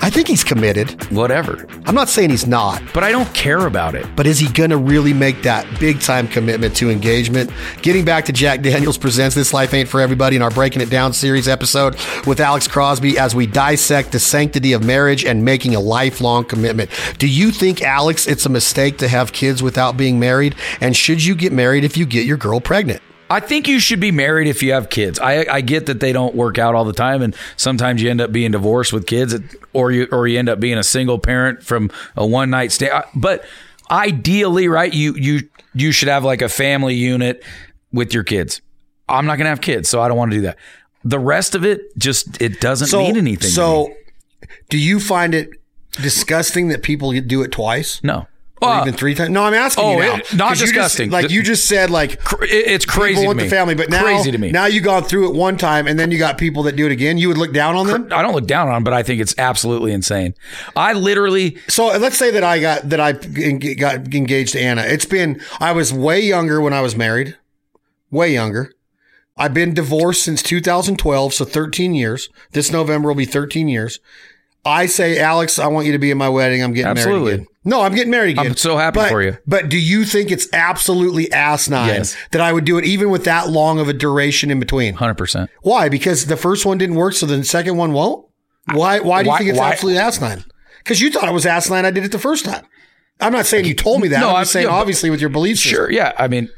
B: I think he's committed.
F: Whatever.
B: I'm not saying he's not.
F: But I don't care about it.
B: But is he going to really make that big time commitment to engagement? Getting back to Jack Daniels Presents This Life Ain't For Everybody in our Breaking It Down series episode with Alex Crosby as we dissect the sanctity of marriage and making a lifelong commitment. Do you think, Alex, it's a mistake to have kids without being married? And should you get married if you get your girl pregnant?
F: I think you should be married if you have kids. I, I get that they don't work out all the time, and sometimes you end up being divorced with kids, or you or you end up being a single parent from a one night stand. But ideally, right, you you you should have like a family unit with your kids. I'm not gonna have kids, so I don't want to do that. The rest of it just it doesn't mean anything. to me.
B: So, do you find it disgusting that people do it twice?
F: No.
B: Or
F: Uh,
B: even three times? No, I'm asking
F: oh,
B: you now.
F: it- not
B: 'Cause you just-
F: disgusting.
B: like you just said, like
F: Cr- it- it's crazy
B: People
F: to
B: with
F: me.
B: the family, but now
F: Crazy to me.
B: Now you gone through it one time, and then you got people that do it again. You would look down on them.
F: I don't look down on, them, but I think it's absolutely insane. I literally
B: So let's say that I got that I en- got engaged to Anna. It's been I was way younger when I was married, way younger. I've been divorced since 2012, so 13 years. This November will be 13 years. I say, Alex, I want you to be at my wedding. I'm getting
F: Absolutely.
B: married again. No, I'm getting married again.
F: I'm so happy
B: But-
F: for you.
B: But do you think it's absolutely asinine
F: Yes.
B: that I would do it even with that long of a duration in between?
F: 100%.
B: Why? Because the first one didn't work, so the second one won't. Why? Why do you
F: Why-
B: think it's
F: why-
B: absolutely asinine? Because you thought it was asinine. I did it the first time. I'm not saying you told me that.
F: No,
B: I'm
F: I'm-
B: just saying
F: yeah, but-
B: obviously with your beliefs.
F: Sure. Yeah. I mean,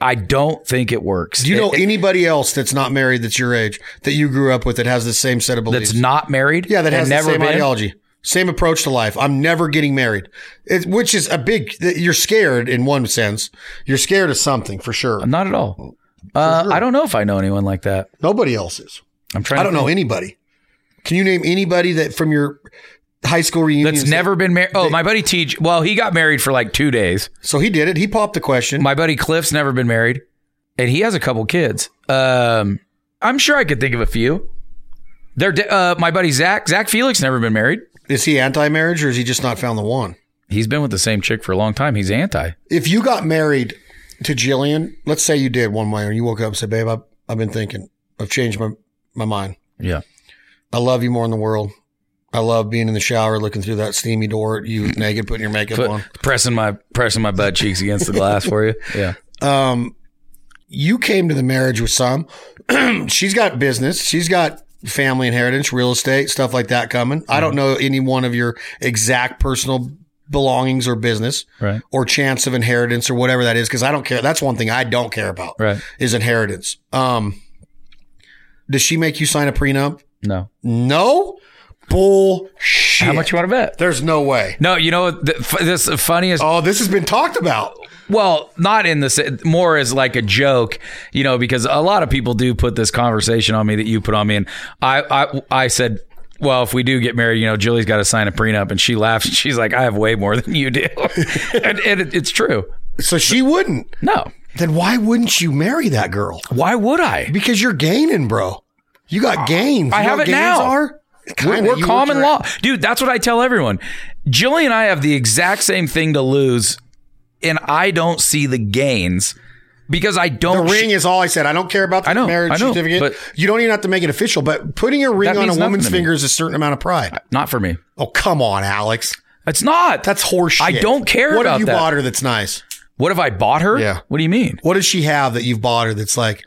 F: I don't think it works.
B: Do you
F: It-
B: know
F: it-
B: anybody else that's not married that's your age that you grew up with that has the same set of beliefs?
F: that's not married?
B: yeah, that
F: and
B: has the same
F: been?
B: ideology, same approach to life. I'm never getting married, it, which is a big. You're scared in one sense. You're scared of something for sure.
F: Not at all. Uh, I don't know if I know anyone like that.
B: Nobody else is.
F: I'm trying.
B: I don't
F: to
B: know
F: think.
B: anybody. Can you name anybody that from your high school reunion
F: That's never been married. Oh, my buddy Teach. Well, he got married for like two days.
B: So he did it. He popped the question.
F: My buddy Cliff's never been married, and he has a couple kids. Um, I'm sure I could think of a few. They're de- uh, my buddy Zach. Zach Felix never been married.
B: Is he anti-marriage or is he just not found the one?
F: He's been with the same chick for a long time. He's anti.
B: If you got married to Jillian, let's say you did one way, and you woke up and said, "Babe, I've, I've been thinking. I've changed my my mind.
F: Yeah.
B: I love you more in the world. I love being in the shower, looking through that steamy door at you naked, putting your makeup
F: Put-
B: on.
F: pressing my pressing my butt cheeks against the glass for you. (laughs) Yeah.
B: Um, you came to the marriage with some. (clears throat) She's got business. She's got." Family inheritance, real estate, stuff like that coming. I
F: Mm-hmm.
B: don't know any one of your exact personal belongings or business.
F: Right.
B: or chance of inheritance or whatever that is because I don't care. That's one thing I don't care about
F: Right.
B: is inheritance. Um, does she make you sign a prenup?
F: No.
B: No, bullshit.
F: How much you want to bet?
B: There's no way.
F: No, you know what? The, f- this the funniest.
B: Oh, this has been talked about.
F: Well, not in this. More as like a joke, you know, because a lot of people do put this conversation on me that you put on me, and I, I, I said. Well, if we do get married, you know, Julie's got to sign a prenup, and she laughs. (laughs) And she's like, "I have way more than you do," (laughs) and, and it, it's true.
B: So she wouldn't.
F: No,
B: Then why wouldn't you marry that girl?
F: why would I?
B: Because you're gaining, bro. You got gains.
F: I
B: You know
F: have
B: what
F: it
B: gains
F: now.
B: Are? Kinda.
F: We're
B: You work
F: common
B: your-
F: law. Dude, that's what I tell everyone. Jillie and I have the exact same thing to lose, and I don't see the gains because I
B: The
F: don't.
B: ring is all I said. I don't care about the
F: I know,
B: marriage
F: I know,
B: certificate.
F: but-
B: you don't even have to make it official. But putting a ring
F: That
B: on a
F: means nothing
B: woman's
F: to me.
B: finger is a certain amount of pride.
F: not for me.
B: Oh come on, Alex.
F: It's not.
B: That's horseshit.
F: I don't care
B: What
F: about
B: have you
F: that.
B: bought her that's nice?
F: What if I bought her?
B: Yeah.
F: What do you mean?
B: What does she have that you've bought her that's like,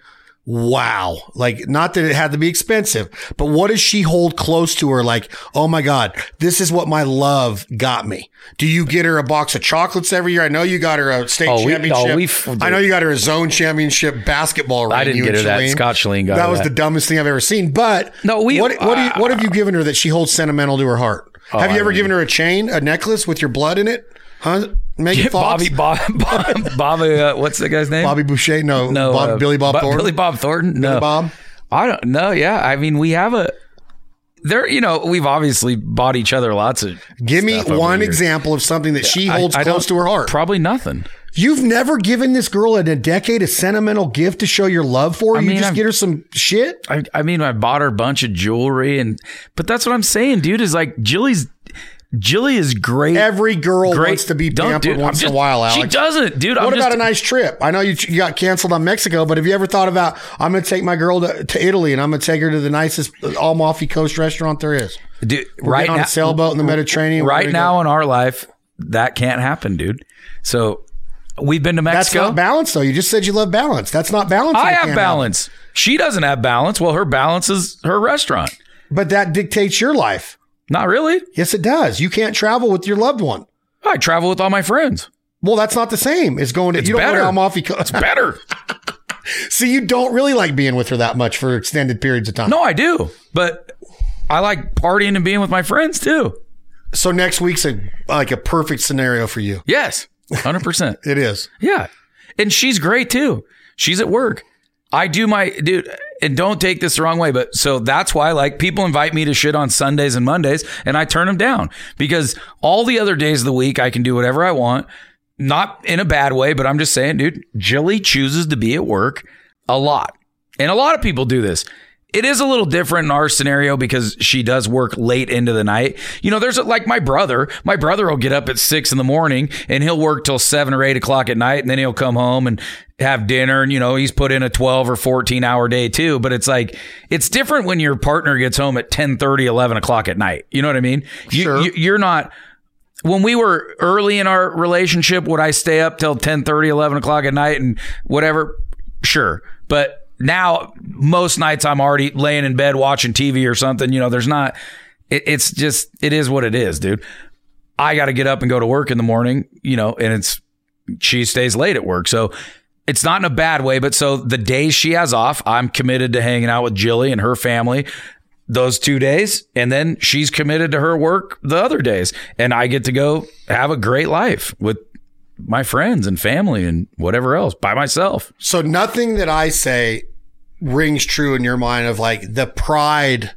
B: wow? Like, not that it had to be expensive, but what does she hold close to her? Like, oh my God, this is what my love got me. Do you get her a box of chocolates every year? I know you got her a state
F: Oh, we- oh,
B: championship.
F: we f-
B: I know you got her a zone championship basketball ring.
F: I didn't
B: you
F: get
B: and
F: her that. Scott Schilling got
B: That
F: her
B: was
F: that.
B: the dumbest thing I've ever seen. But
F: No, we- Oh,
B: what, what, do you, what have you given her that she holds sentimental to her heart? have you ever given her a chain, a necklace with your blood in it? Huh? Megan Fox.
F: (laughs) Bobby Bob, Bob (laughs) Bobby. Uh, what's the guy's name?
B: Bobby Boucher. No,
F: no.
B: Bob-
F: uh,
B: Billy Bob
F: Bo-
B: Thornton?
F: Billy Bob Thornton. No.
B: Billy Bob?
F: I don't know. Yeah, I mean, we have a. There, you know, we've obviously bought each other lots of.
B: Give me
F: stuff over
B: one
F: the years.
B: example of something that she
F: I-
B: holds
F: I
B: close to
F: don't-
B: her heart.
F: Probably nothing.
B: You've never given this girl in a decade a sentimental gift to show your love for her.
F: I
B: you
F: mean,
B: just
F: I'm-
B: get her some shit.
F: I, I mean, I bought her a bunch of jewelry, and but that's what I'm saying, dude. Is like Jilly's. Jilly is great.
B: Every girl
F: Great.
B: wants to be
F: Don't,
B: pampered
F: dude, I'm
B: once in
F: just-
B: a while, Alex.
F: she doesn't, dude. I'm
B: what about
F: just-
B: a nice trip? I know you, you got canceled on Mexico, but have you ever thought about I'm going to take my girl to, to Italy and I'm going to take her to the nicest uh, Amalfi Coast restaurant there is?
F: Dude,
B: We're
F: right
B: getting on
F: now,
B: a sailboat in the Mediterranean. We're
F: Right
B: gonna
F: now in our life, that can't happen, dude. So we've been to
B: That's
F: Mexico.
B: not balance, though. You just said you love balance. That's not balance.
F: I
B: if it
F: have
B: can't
F: balance. She doesn't have balance. Well, her balance is her restaurant.
B: happen. But that dictates your life.
F: Not really.
B: Yes, it does. You can't travel with your loved one.
F: I travel with all my friends.
B: Well, that's not the same. It's going to
F: It's
B: you don't
F: better.
B: go to Amalfi Coast. (laughs)
F: It's better.
B: See, you don't really like being with her that much for extended periods of time.
F: no, I do. But I like partying and being with my friends too.
B: So next week's a like a perfect scenario for you.
F: Yes. 100%.
B: It is.
F: Yeah. And she's great too. She's at work. I do my dude, and don't take this the wrong way, but so that's why like people invite me to shit on Sundays and Mondays and I turn them down because all the other days of the week I can do whatever I want. Not in a bad way, but I'm just saying, dude, Jilly chooses to be at work a lot. And a lot of people do this. It is a little different in our scenario because she does work late into the night. You know, there's like my brother. My brother will get up at six in the morning and he'll work till seven or eight o'clock at night, and then he'll come home and have dinner. And you know, he's put in a twelve or fourteen hour day too. But it's like it's different when your partner gets home at 10, 11 o'clock at night. You know what I mean? You,
B: Sure.
F: you, you're not when we were early in our relationship would i stay up till 10 11 o'clock at night and whatever sure but now most nights i'm already laying in bed watching tv or something you know there's not it, it's just it is what it is dude i gotta get up and go to work in the morning you know and it's she stays late at work so it's not in a bad way but so the days she has off i'm committed to hanging out with jilly and her family those two days and then she's committed to her work the other days and i get to go have a great life with my friends and family and whatever else by myself
B: So nothing that I say rings true in your mind of like the pride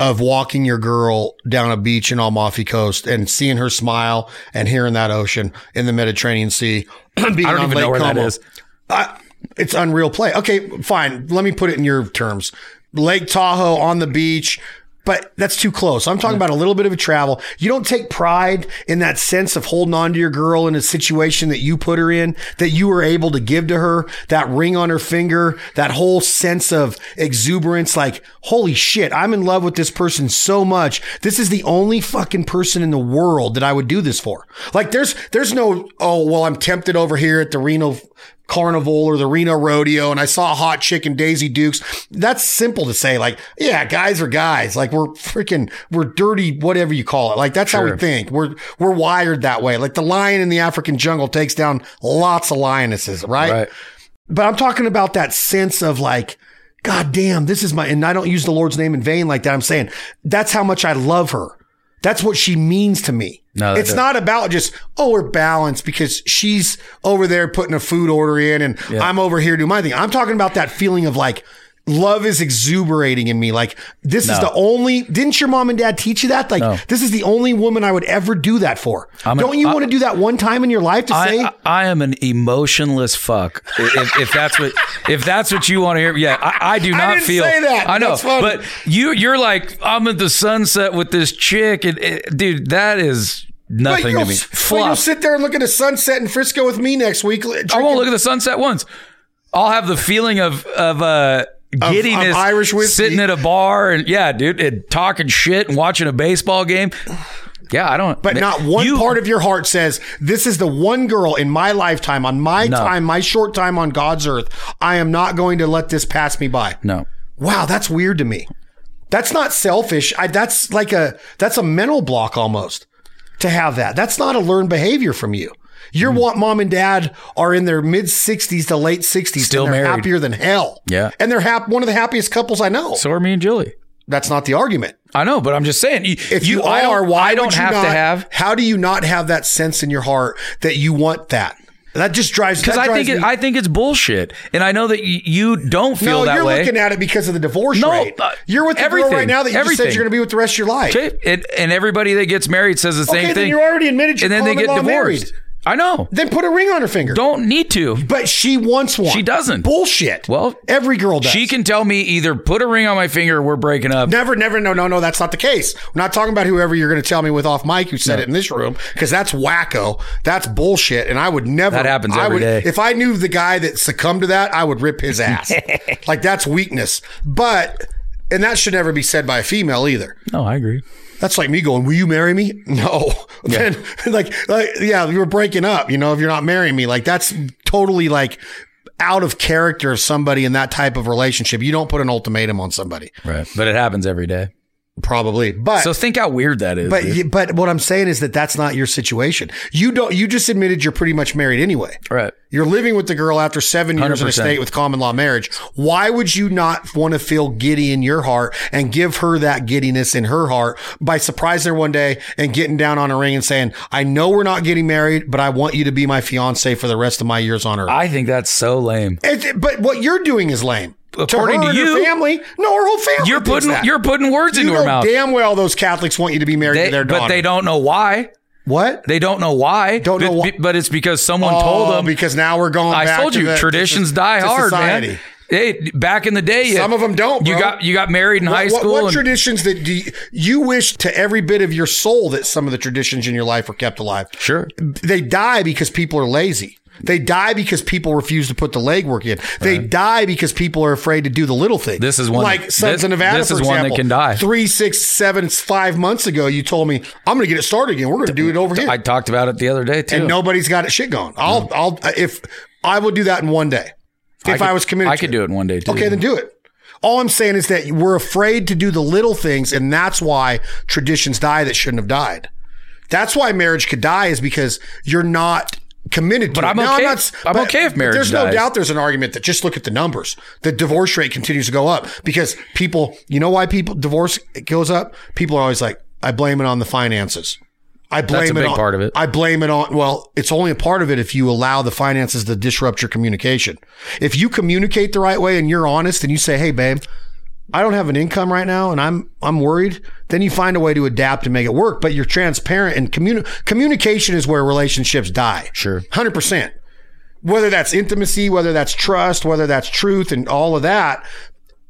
B: of walking your girl down a beach in Amalfi Coast and seeing her smile and hearing that ocean in the Mediterranean Sea. (clears throat) being
F: i don't
B: on
F: even
B: Lake
F: know where that
B: Como.
F: is
B: I, it's unreal play. Okay, fine. Let me put it in your terms. Lake Tahoe on the beach, but that's too close. I'm talking about a little bit of a travel. You don't take pride in that sense of holding on to your girl in a situation that you put her in, that you were able to give to her, that ring on her finger, that whole sense of exuberance. Like, holy shit, I'm in love with this person so much. This is the only fucking person in the world that I would do this for. Like, there's, there's no, oh, well, I'm tempted over here at the Reno carnival or the Reno rodeo and I saw a hot chick and Daisy Dukes. That's simple to say. Like, yeah, guys are guys. Like we're freaking, we're dirty, whatever you call it. Like that's how we think. We're, we're wired that way. Like the lion in the African jungle takes down lots of lionesses, right?
F: Right.
B: But I'm talking about that sense of like, God damn, this is my, and I don't use the Lord's name in vain like that. I'm saying that's how much I love her. That's what she means to me.
F: No, that
B: it's
F: does-
B: not about just, oh, we're balanced because she's over there putting a food order in and I'm over here doing my thing. I'm talking about that feeling of like, love is exuberating in me. Like, this is
F: No.
B: the only, didn't your mom and dad teach you that? Like,
F: No.
B: this is the only woman I would ever do that for.
F: I'm an-
B: don't you
F: I-
B: want to do that one time in your life to say?
F: I, I I am an emotionless fuck. If, if that's what if that's what you want to hear, yeah, I, I do not
B: didn't
F: feel.
B: say that.
F: I know,
B: That's funny.
F: but you you're like I'm at the sunset with this chick, and it, dude, that is
B: But
F: nothing to
B: you'll-
F: me.
B: but you'll
F: Fluff.
B: sit there and look at a sunset in Frisco with me next week. uh,
F: I won't look at the sunset once. I'll have the feeling of of uh
B: of
F: giddiness
B: Irish whiskey.
F: sitting at a bar and yeah, dude, and talking shit and watching a baseball game. Yeah, I don't
B: But not one
F: you-
B: part of your heart says, This is the one girl in my lifetime, on my
F: No.
B: time, my short time on God's earth. I am not going to let this pass me by.
F: No.
B: Wow, that's weird to me. That's not selfish. I, that's like a that's a mental block almost to have that. That's not a learned behavior from you.
F: Hmm.
B: Your what mom and dad are in their mid 60s to late 60s
F: Still
B: and they're
F: married.
B: happier than hell.
F: Yeah.
B: And they're hap- one of the happiest couples I know.
F: So are me and Julie.
B: That's not the argument.
F: I know, but I'm just saying. You,
B: If you,
F: I
B: are,
F: don't-
B: why
F: I don't
B: would you
F: have
B: not-
F: to have
B: How do you not have that sense in your heart that you want that? That just drives.
F: because
B: that
F: I
B: drives
F: think it,
B: me-
F: I think it's bullshit, and I know that y- you don't feel
B: no,
F: that
B: you're
F: way.
B: looking at it because of the divorce
F: No,
B: rate.
F: uh,
B: You're with the
F: everything,
B: girl right now that you just said
F: everything.
B: you're going to be with the rest of your life.
F: Okay, and, and everybody that gets married says the
B: okay,
F: same
B: then
F: thing.
B: you already admitted
F: and
B: you're
F: then they get
B: common-law
F: divorced.
B: married.
F: I know.
B: Then put a ring on her finger.
F: Don't need to.
B: But she wants one.
F: She doesn't.
B: Bullshit.
F: Well,
B: every girl does.
F: She can tell me either put a ring on my finger or we're breaking up.
B: Never, never, no, no, no. That's not the case. We're not talking about whoever you're going to tell me with off mic who said it in this room because that's wacko. That's bullshit. And I would never.
F: That happens
B: I
F: every
B: would,
F: day.
B: If I knew the guy that succumbed to that, I would rip
F: (laughs)
B: his ass. like that's weakness. But and that should never be said by a female either.
F: No, Oh, I agree.
B: That's like me going, "Will you marry me?" (laughs) No. Then (laughs) like, like yeah, we were breaking up. You know, if you're not marrying me, like that's totally like out of character of somebody in that type of relationship. You don't put an ultimatum on somebody,
F: Right. But it happens every day.
B: probably. But
F: So think how weird that is.
B: but
F: dude.
B: y- but what I'm saying is that that's not your situation. You don't. You just admitted you're pretty much married anyway.
F: right.
B: You're living with the girl after seven years in a
F: 100%.
B: state with common law marriage. Why would you not want to feel giddy in your heart and give her that giddiness in her heart by surprising her one day and getting down on a ring and saying, "I know we're not getting married, but I want you to be my fiance for the rest of my years on earth."
F: I think that's so lame.
B: It- but what you're doing is lame.
F: Uh, According
B: her
F: to
B: and her
F: you-
B: family, no, her whole family.
F: You're
B: thinks
F: putting
B: that.
F: you're putting words
B: You
F: into her
B: know
F: mouth.
B: damn well those Catholics want you to be married
F: They-
B: to their daughter.
F: but they don't know why.
B: What?
F: They don't know why.
B: Don't know
F: but,
B: why.
F: But it's because someone
B: Oh,
F: told them.
B: because now we're going.
F: I
B: back
F: told
B: to
F: you,
B: the- to
F: traditions
B: soc-
F: die
B: to
F: hard, man.
B: society.
F: Hey, back in the day, you-
B: Some of 'em don't,
F: You
B: bro.
F: got you got married in
B: What,
F: high
B: what-
F: school.
B: what
F: and-
B: traditions that do you, you wish to every bit of your soul that some of the traditions in your life are kept alive?
F: Sure.
B: They die because people are lazy. They die because people refuse to put the legwork in. They die because people are afraid to do the little things.
F: This is one
B: like
F: that-
B: Sons
F: this-
B: of Nevada.
F: this
B: for
F: is one that
B: example.
F: can die.
B: Three, six, seven, five months ago, you told me I'm going to get it started again. We're going to do it over here,
F: I talked about it the other day too.
B: and nobody's got it shit going. I'll, I'll, uh, if I would do that in one day, if I,
F: could-
B: was committed,
F: I
B: to
F: could do it in one day too.
B: Okay, then do it. All I'm saying is that we're afraid to do the little things, and that's why traditions die that shouldn't have died. That's why marriage could die is because you're not committed to
F: But
B: it.
F: I'm
B: Now,
F: okay-
B: not-
F: I'm okay if marriage
B: There's no
F: dies.
B: doubt there's an argument that just look at the numbers. The divorce rate continues to go up because people, you know why people divorce goes up? People are always like, I blame it on the finances. I blame
F: a
B: it
F: big
B: on,
F: part of it.
B: I blame it on. Well, it's only a part of it if you allow the finances to disrupt your communication. If you communicate the right way and you're honest and you say, "Hey, babe, I don't have an income right now and I'm I'm worried," then you find a way to adapt and make it work. But you're transparent and communi- communication is where relationships die.
F: Sure.
B: hundred percent. Whether that's intimacy, whether that's trust, whether that's truth, and all of that,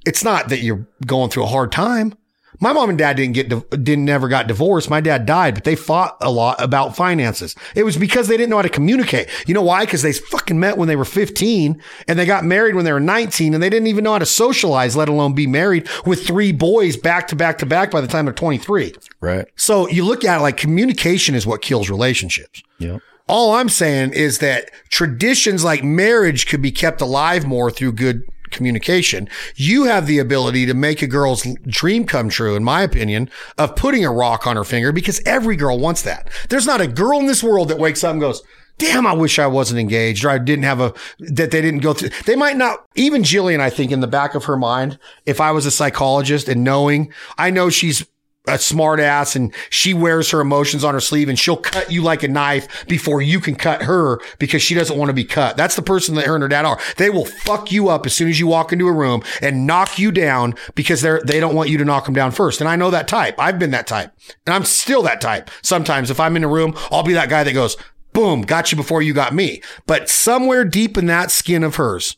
B: it's not that you're going through a hard time. My mom and dad didn't get didn't never got divorced. My dad died, but they fought a lot about finances. It was because they didn't know how to communicate. You know why? Because they fucking met when they were 15 and they got married when they were 19 and they didn't even know how to socialize, let alone be married with three boys back to back to back by the time they're 23.
F: Right.
B: So you look at it like communication is what kills relationships.
F: Yeah.
B: All I'm saying is that traditions like marriage could be kept alive more through good communication. You have the ability to make a girl's l- dream come true, in my opinion, of putting a rock on her finger because every girl wants that. There's not a girl in this world that wakes up and goes, Damn, I wish I wasn't engaged or I didn't have a, that they didn't go through. They might not, even Jillian, I think in the back of her mind, if I was a psychologist and knowing, I know she's a smart ass and she wears her emotions on her sleeve and she'll cut you like a knife before you can cut her because she doesn't want to be cut. That's the person that her and her dad are. They will fuck you up as soon as you walk into a room and knock you down because they're, they don't want you to knock them down first. And I know that type. I've been that type and I'm still that type. Sometimes if I'm in a room, I'll be that guy that goes, boom, got you before you got me. But somewhere deep in that skin of hers,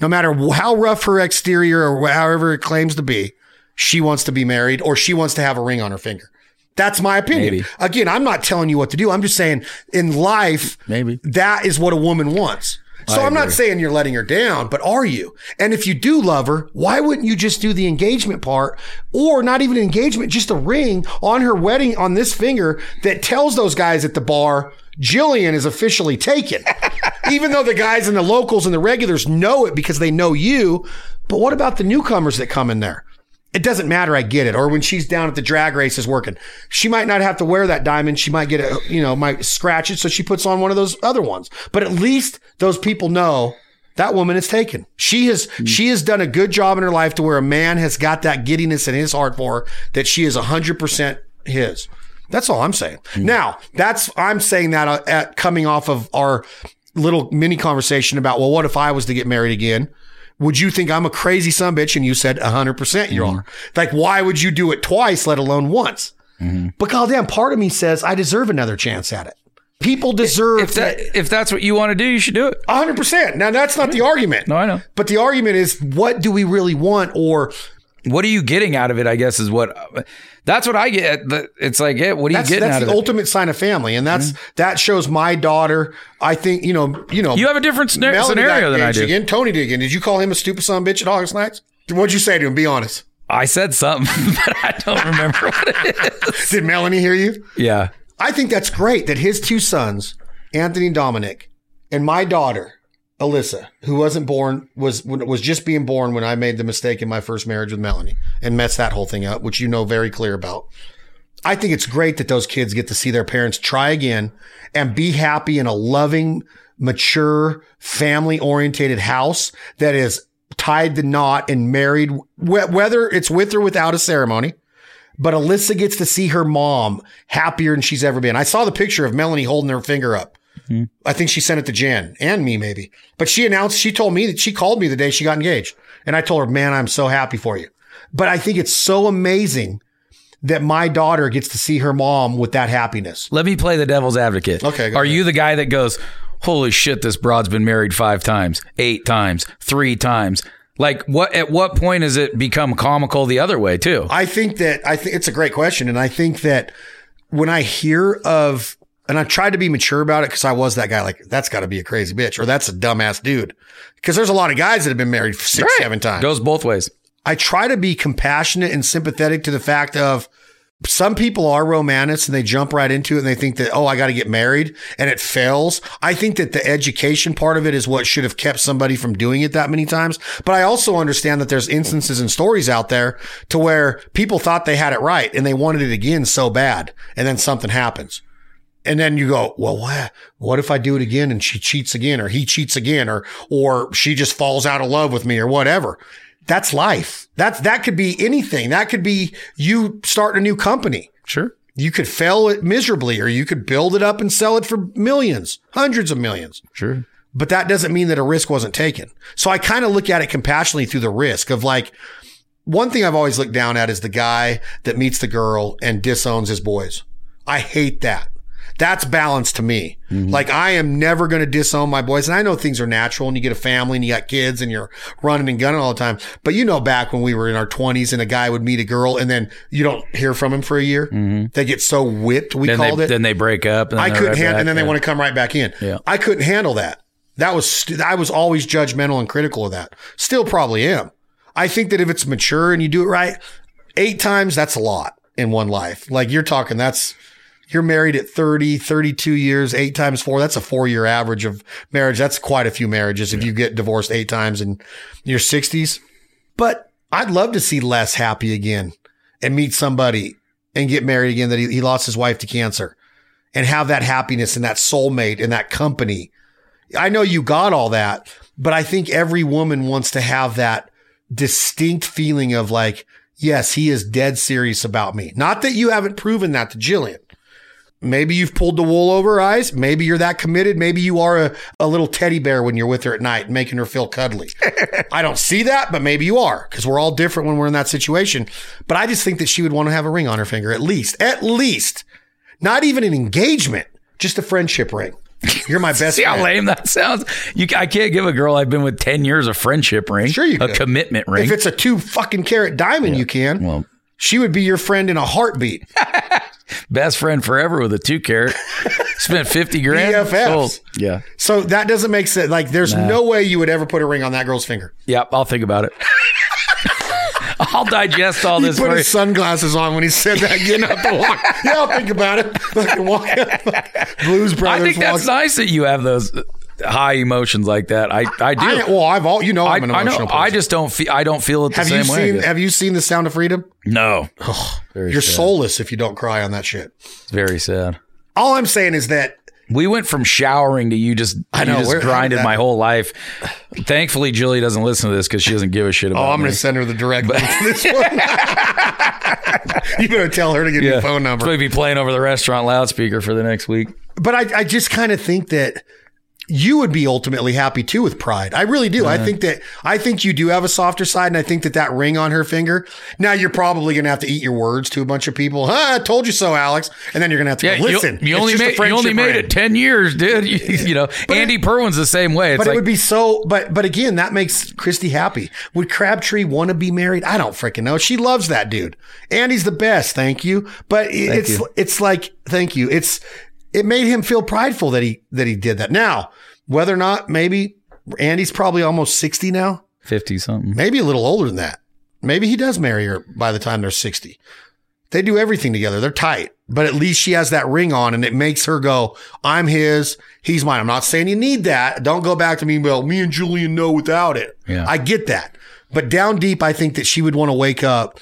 B: no matter how rough her exterior or however it claims to be, she wants to be married or she wants to have a ring on her finger. That's my opinion.
F: Maybe.
B: Again, I'm not telling you what to do. I'm just saying in life,
F: Maybe.
B: that is what a woman wants. So I'm not saying you're letting her down, but are you? And if you do love her, why wouldn't you just do the engagement part or not even an engagement, just a ring on her wedding on this finger that tells those guys at the bar, Jillian is
F: (laughs)
B: officially taken. even though the guys and the locals and the regulars know it because they know you. But what about the newcomers that come in there? It doesn't matter. I get it. Or when she's down at the drag races working, she might not have to wear that diamond. She might get a, you know, might scratch it. So she puts on one of those other ones. But at least those people know That woman is taken. She has she has done a good job in her life to where a man has got that giddiness in his heart for her that she is hundred percent his. That's all I'm saying. Now that's I'm saying that uh, at coming off of our little mini conversation about well, what if I was to get married again? Would you think I'm a crazy son bitch? And you said 100% percent you are.
F: Mm-hmm.
B: Like, why would you do it twice, let alone once? But goddamn, part of me says I deserve another chance at it. People deserve
F: if that if that's what you want to do, you should do it.
B: 100%. Now that's not the argument.
F: No, I know.
B: But the argument is what do we really want or
F: what are you getting out of it? I guess is what that's what I get. It's like, yeah, what are
B: that's,
F: you getting
B: that's
F: out of
B: the
F: it? Mm-hmm.
B: ultimate sign of family, and that's that shows my daughter. I think you know, you know,
F: You have a different scenar-
B: Melanie got
F: scenario than I
B: engaged
F: do.
B: Again, Tony did again. Did you call him a stupid son of a bitch at August nights? What'd you say to him?
F: (laughs)
B: Be honest.
F: I said something, (laughs) but I don't remember what it is.
B: Did Melanie hear you?
F: Yeah.
B: I think that's great that his two sons, Anthony and Dominic, and my daughter, Alyssa, who wasn't born, was was just being born when I made the mistake in my first marriage with Melanie and messed that whole thing up, which you know very clear about. I think it's great that those kids get to see their parents try again and be happy in a loving, mature, family oriented house that is tied to knot and married, wh- whether it's with or without a ceremony. But Alyssa gets to see her mom happier than she's ever been. I saw the picture of Melanie holding her finger up. I think she sent it to Jan and me, maybe. But she announced, she told me that she called me the day she got engaged. And I told her, man, I'm so happy for you. But I think it's so amazing that my daughter gets to see her mom with that happiness.
F: Let me play the devil's advocate.
B: Okay, go
F: Are you the guy that goes, holy shit, this broad's been married five times, eight times, three times? Like, what? At what point does it become comical the other way too?
B: I think that I think it's a great question, and I think that when I hear of, and I tried to be mature about it because I was that guy, like that's got to be a crazy bitch or that's a dumbass dude, because there's a lot of guys that have been married six, seven times.
F: Goes both ways.
B: I try to be compassionate and sympathetic to the fact of some people are romantics and they jump right into it and they think that, oh, I got to get married and it fails. I think that the education part of it is what should have kept somebody from doing it that many times. But I also understand that there's instances and stories out there to where people thought they had it right and they wanted it again so bad. And then something happens. And then you go, well, what, what if I do it again and she cheats again or he cheats again or, or she just falls out of love with me or whatever. That's life. That's, that could be anything. That could be you starting a new company.
F: Sure.
B: You could fail it miserably or you could build it up and sell it for millions, hundreds of millions.
F: Sure.
B: But that doesn't mean that a risk wasn't taken. So I kind of look at it compassionately through the risk of like, one thing I've always looked down at is the guy that meets the girl and disowns his boys. I hate that. That's balance to me.
F: Mm-hmm.
B: Like I am never going to disown my boys. And I know things are natural and you get a family and you got kids and you're running and gunning all the time. But you know, back when we were in our twenties and a guy would meet a girl and then you don't hear from him for a year. They get so whipped. We
F: Mm-hmm. then
B: called
F: they
B: it.
F: then they break up. And
B: I
F: they're
B: couldn't
F: right
B: handle,
F: back.
B: and then they
F: Yeah.
B: want to come right back in.
F: Yeah.
B: I couldn't handle that. That was st- I was always judgmental and critical of that. Still, probably am. I think that if it's mature and you do it right, eight times that's a lot in one life. Like you're talking, that's you're married at 30, 32 years, eight times four. That's a four year average of marriage. That's quite a few marriages if you get divorced eight times in your 60s. But I'd love to see Les happy again and meet somebody and get married again that he, he lost his wife to cancer and have that happiness and that soulmate and that company. I know you got all that, but I think every woman wants to have that distinct feeling of like, yes, he is dead serious about me. Not that you haven't proven that to Jillian. Maybe you've pulled the wool over her eyes. Maybe you're that committed. Maybe you are a, a little teddy bear when you're with her at night, making her feel
F: (laughs)
B: cuddly. I don't see that, but maybe you are because we're all different when we're in that situation. But I just think that she would want to have a ring on her finger, at least, at least, not even an engagement, just a friendship ring.
F: (laughs)
B: You're my best
F: See how
B: friend.
F: lame that sounds. You, I can't give a girl I've been with ten years a friendship ring. Sure, you a
B: could.
F: commitment ring.
B: If it's a two fucking carat diamond, you can.
F: Well-
B: she would be your friend in a heartbeat.
F: Best friend forever with a two
B: (laughs)
F: carat. Spent fifty grand.
B: BFFs.
F: Sold. Yeah.
B: So that doesn't make sense. Like, there's
F: Nah.
B: no way you would ever put a ring on that girl's finger.
F: Yeah. I'll think about it. (laughs) I'll digest all
B: He
F: this.
B: put
F: for
B: his
F: you.
B: sunglasses on when he said that, getting up the walk. Yeah, I'll think about it. (laughs) Fucking walk Blues
F: I
B: Brothers
F: think that's
B: walk.
F: nice that you have those high emotions like that. I I do.
B: I, well, I've all you know
F: I,
B: I'm an
F: I know.
B: emotional person.
F: I just don't feel. I don't feel it the
B: have
F: same
B: you
F: way. I
B: seen
F: guess.
B: Have you seen The Sound of Freedom?
F: no.
B: You're soulless if you don't cry on that shit.
F: It's very sad.
B: All I'm saying is that
F: We went from showering to you just I
B: know,
F: know just
B: where-
F: grinded
B: that-
F: my whole life. Thankfully, Julie doesn't listen to this because she doesn't give a shit about.
B: Oh, I'm
F: me.
B: going to send her the direct link to
F: (laughs)
B: this one. (laughs) you better tell her to give me a phone number.
F: Probably be playing over the restaurant loudspeaker for the next week.
B: But I, I just kind of think that you would be ultimately happy too with pride. I really do. I think that I think you do have a softer side, and I think that that ring on her finger. Now you're probably going to have to eat your words to a bunch of people. Huh, I told you so, Alex. And then you're going to have to
F: Yeah,
B: go,
F: you-
B: listen.
F: You,
B: it's
F: only
B: just a
F: made you
B: friendship
F: only made
B: ring."
F: it ten years, dude. (laughs) You, you know, Andy Perwin's the same way. It's
B: But
F: like
B: it would be so. But but again, that makes Christy happy. Would Crabtree want to be married? I don't freaking know. She loves that dude, and he's the best. Thank you. But it-
F: Thank
B: it's
F: you.
B: it's like thank you. It's it made him feel prideful that he that he did that. Now whether or not maybe Andy's probably almost sixty now,
F: fifty something.
B: maybe a little older than that. Maybe he does marry her by the time they're sixty. They do everything together. They're tight, but at least she has that ring on and it makes her go, I'm his, he's mine. I'm not saying you need that. Don't go back to me and be like, me and Julian know without it.
F: Yeah.
B: I get that. But down deep, I think that she would want to wake up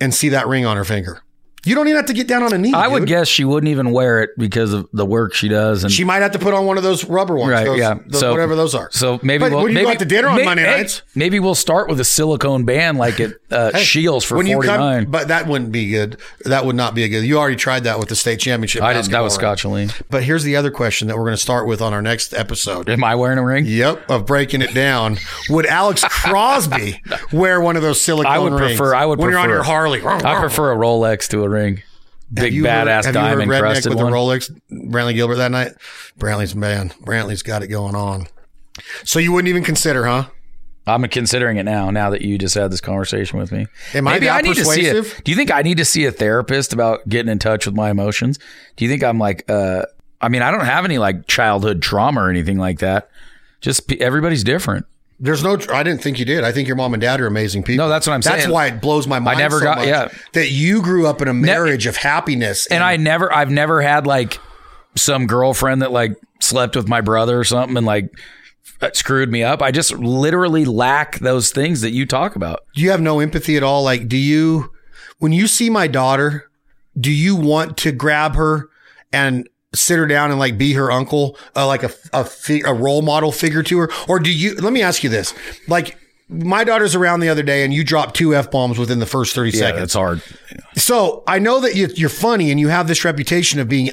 B: and see that ring on her finger. You don't even have to get down on a knee.
F: I would
B: dude.
F: guess she wouldn't even wear it because of the work she does, and
B: She might have to put on one of those rubber
F: (laughs)
B: ones,
F: right,
B: those-
F: yeah,
B: those- whatever those are.
F: So maybe
B: But
F: we'll
B: when you
F: maybe,
B: go out to dinner on
F: may-
B: Monday
F: hey,
B: nights-
F: maybe we'll start with a silicone band like at uh,
B: Hey,
F: Shields for
B: when you
F: forty
B: come-
F: nine.
B: but that wouldn't be good. That would not be a good. You already tried that with the state championship.
F: I just that was
B: basketball round.
F: Scotch Aline.
B: But here's the other question that we're going to start with on our next episode.
F: Am I wearing a ring?
B: Yep, of breaking it down.
F: (laughs)
B: Would Alex Crosby wear one of those silicone
F: I would
B: rings?
F: prefer. I would
B: when
F: prefer,
B: you're on your Harley.
F: I prefer a Rolex to a ring.
B: Have
F: Big
B: you heard-
F: badass
B: have
F: diamond
B: you heard Redneck
F: crusted
B: with
F: one.
B: the Rolex? Brantley Gilbert that night. Brantley's man. Brantley's got it going on. So you wouldn't even consider, huh?
F: I'm considering it now. Now that you just had this conversation with me,
B: Am I that
F: to see
B: persuasive?
F: it. Do you think I need to see a therapist about getting in touch with my emotions? Do you think I'm like? uh I mean, I don't have any like childhood trauma or anything like that. Just pe- everybody's different.
B: There's no. I didn't think you did. I think your mom and dad are amazing people.
F: No, that's what I'm
B: That's
F: saying.
B: why it blows my mind.
F: never
B: so
F: got-
B: much
F: yeah.
B: that you grew up in a marriage of happiness.
F: and I never, I've never had like some girlfriend that like slept with my brother or something and like screwed me up. I just literally lack those things that you talk about.
B: do you have no empathy at all? Like, do you, when you see my daughter, do you want to grab her and sit her down and like be her uncle, uh, like a a, fi- a role model figure to her, or do you? Let me ask you this: like, my daughter's around the other day, and you dropped two f bombs within the first thirty
F: Yeah,
B: seconds.
F: it's hard.
B: So I know that you- you're funny and you have this reputation of being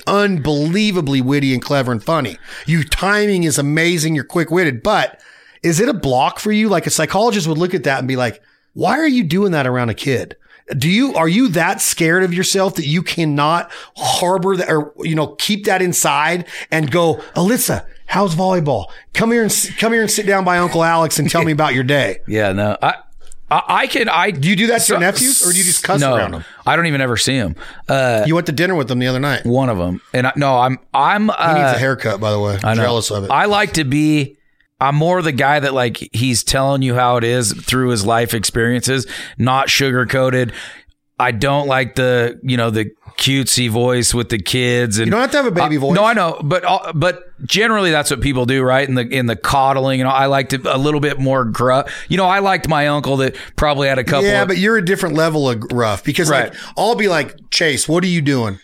B: unbelievably witty and clever and funny. Your timing is amazing. You're quick witted, but is it a block for you? Like a psychologist would look at that and be like, why are you doing that around a kid? Do you, are you that scared of yourself that you cannot harbor that or, you know, keep that inside and go, Alyssa, how's volleyball? Come here and s- come here and sit down by Uncle Alex and tell me about your day.
F: Yeah, no, I, I, I can, I
B: Do you do that to your nephews or do you just cuss
F: no,
B: around them?
F: I don't even ever see him. (laughs) Uh,
B: You went to dinner with them the other night.
F: one of them, and I, no, I'm, I'm. Uh,
B: He needs a haircut, by the way. I'm
F: know.
B: jealous of it.
F: I like to be. I'm more the guy that like he's telling you how it is through his life experiences, not sugar coated. I don't like the you know the cutesy voice with the kids, and
B: You don't have to have a baby
F: Uh,
B: voice.
F: No, I know, but uh, but generally that's what people do, right? In the in the coddling, and all, I liked it a little bit more gruff. You know, I liked my uncle that probably had a couple.
B: Yeah,
F: of,
B: but you're a different level of rough because
F: Right.
B: like I'll be like, Chase, what are you doing?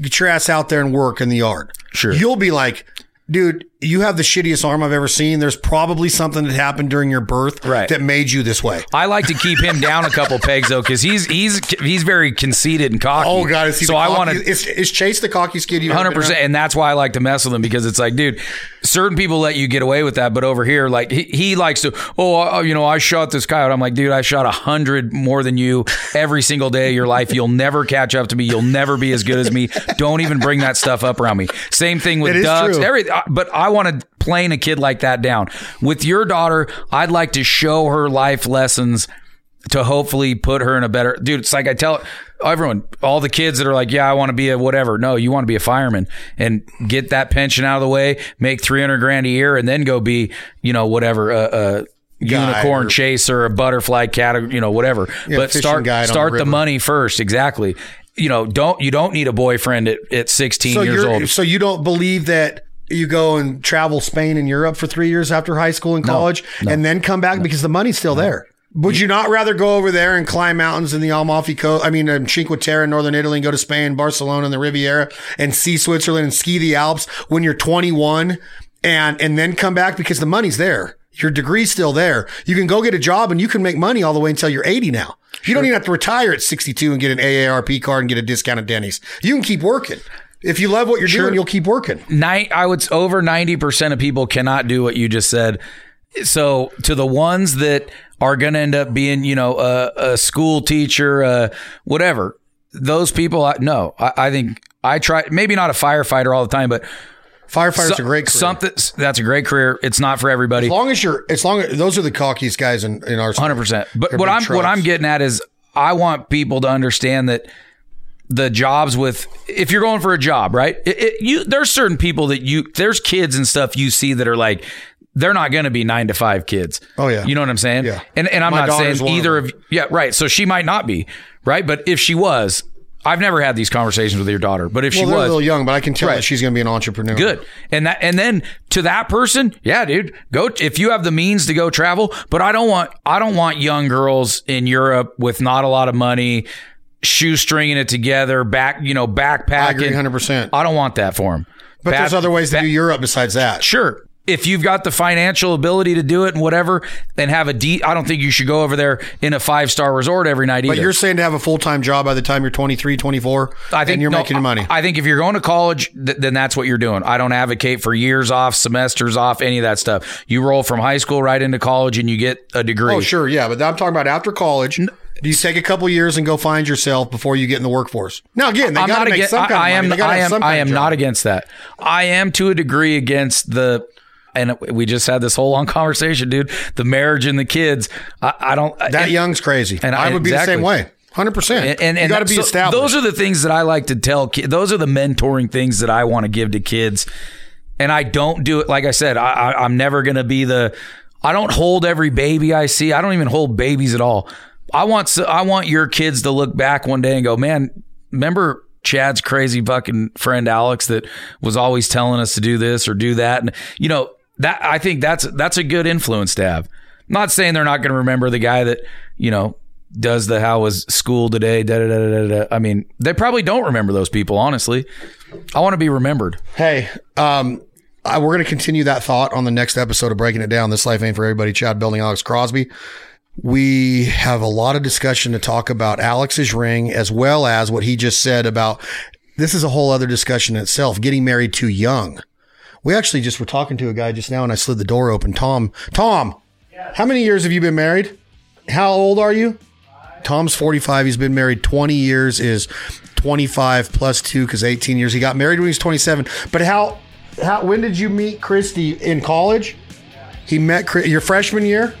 B: Get your ass out there and work in the yard.
F: Sure.
B: You'll be like, dude, you have the shittiest arm I've ever seen. There's probably something that happened during your birth
F: Right.
B: that made you this way.
F: I like to keep him down a couple pegs though, because he's he's he's very conceited and cocky.
B: Oh God, is he
F: so
B: the
F: I
B: cocky-
F: want to
B: is, is Chase the cocky skid you
F: hundred percent, and that's why I like to mess with them because it's like, dude, certain people let you get away with that, but over here, like he, he likes to, oh, uh, you know, I shot this coyote. I'm like, dude, I shot a hundred more than you every single day of your life. You'll never catch up to me. You'll never be as good as me. Don't even bring that stuff up around me. Same thing with
B: It is
F: ducks.
B: true.
F: Every, uh, but I want to plane a kid like that down with your daughter. I'd like to show her life lessons to hopefully put her in a better dude. It's like I tell everyone, all the kids that are like, "Yeah, I want to be a whatever." No, you want to be a fireman and get that pension out of the way, make three hundred grand a year, and then go be you know whatever a, a
B: Guide
F: unicorn
B: or-
F: chaser, a butterfly category, you know whatever. but
B: fishing
F: start
B: guide on the
F: start the,
B: river.
F: money first, exactly. You know, don't you don't need a boyfriend at, at sixteen
B: So
F: years
B: you're
F: old.
B: so you don't believe that you go and travel Spain and Europe for three years after high school and college and then come back because the money's still there. Would you not rather go over there and climb mountains in the Amalfi Coast? I mean, um, Cinque Terre in northern Italy, and go to Spain, Barcelona, and the Riviera, and see Switzerland and ski the Alps when you're 21, and and then come back because the money's there. Your degree's still there. You can go get a job and you can make money all the way until you're 80 now. You don't even have to retire at 62 and get an AARP card and get a discount at Denny's. You can keep working. If you love what you're doing, you'll keep working.
F: Nine, I would over ninety percent of people cannot do what you just said. So to the ones that are going to end up being, you know, a, a school teacher, uh, whatever, those people, I, no, I, I think I try. Maybe not a firefighter all the time, but
B: firefighters a great career.
F: Something that's a great career. It's not for everybody.
B: As long as you're, as long as those are the cockiest guys in, in our
F: hundred percent. But what I'm what I'm getting at is I want people to understand that the jobs with if you're going for a job, right? It, it, you there's certain people that you there's kids and stuff you see that are like they're not going to be nine to five kids.
B: Oh, yeah.
F: you know what I'm saying?
B: Yeah.
F: and and I'm
B: My
F: not
B: daughter's
F: saying
B: one of
F: either of yeah right. So she might not be right, but if she was, I've never had these conversations with your daughter. But if
B: well,
F: she
B: they're
F: was,
B: a little young, but I can tell
F: Right.
B: that she's going to be an entrepreneur.
F: Good. And that and then to that person, yeah, dude, go if you have the means to go travel, but I don't want I don't want young girls in Europe with not a lot of money shoestringing it together, back, you know, backpacking.
B: I agree 100%.
F: I don't want that for them.
B: But there's other ways to do Europe besides Uh, that.
F: Sure. If you've got the financial ability to do it and whatever, and have a de- I don't think you should go over there in a five-star resort every night either.
B: But you're saying to have a full time job by the time you're 23, 24,
F: I think
B: and you're
F: no,
B: making money.
F: I I think if you're going to college, th- then that's what you're doing. I don't advocate for years off, semesters off, any of that stuff. You roll from high school right into college and you get a degree.
B: oh, sure. Yeah. But I'm talking about after college. Do you take a couple years and go find yourself before you get in the workforce? Now, again, they
F: I'm
B: got
F: not
B: to make
F: against.
B: some
F: I,
B: kind of
F: I am.
B: money. They gotta
F: I
B: have some
F: am.
B: kind
F: I am
B: of job.
F: not against that. I am to a degree against the. And we just had this whole long conversation, dude. The marriage and the kids. I, I don't.
B: That
F: and-
B: young's crazy.
F: and
B: I would be the same
F: exactly.
B: way. 100%.
F: And, and,
B: you
F: and
B: got to be
F: so
B: established.
F: Those are the things that I like to tell kids. Those are the mentoring things that I want to give to kids. And I don't do it. Like I said, I, I, I'm never going to be the, I don't hold every baby I see. I don't even hold babies at all. I want, s- I want your kids to look back one day and go, man, remember Chad's crazy fucking friend Alex that was always telling us to do this or do that. And you know, that I think that's, that's a good influence to have. Not saying they're not going to remember the guy that, you know, does the how was school today? Da, da, da, da, da, da. I mean, they probably don't remember those people, honestly. I want to be remembered.
B: Hey, um, I, we're going to continue that thought on the next episode of Breaking It Down. This life ain't for everybody. Chad Building, Alex Crosby. We have a lot of discussion to talk about Alex's ring, as well as what he just said about this is a whole other discussion in itself getting married too young. We actually just were talking to a guy just now, and I slid the door open. Tom, Tom, how many years have you been married? How old are you? Tom's 45. He's been married 20 years, is 25 plus two, because 18 years. He got married when he was 27. But how, how, when did you meet Christy? In college? He met Chri- your freshman year?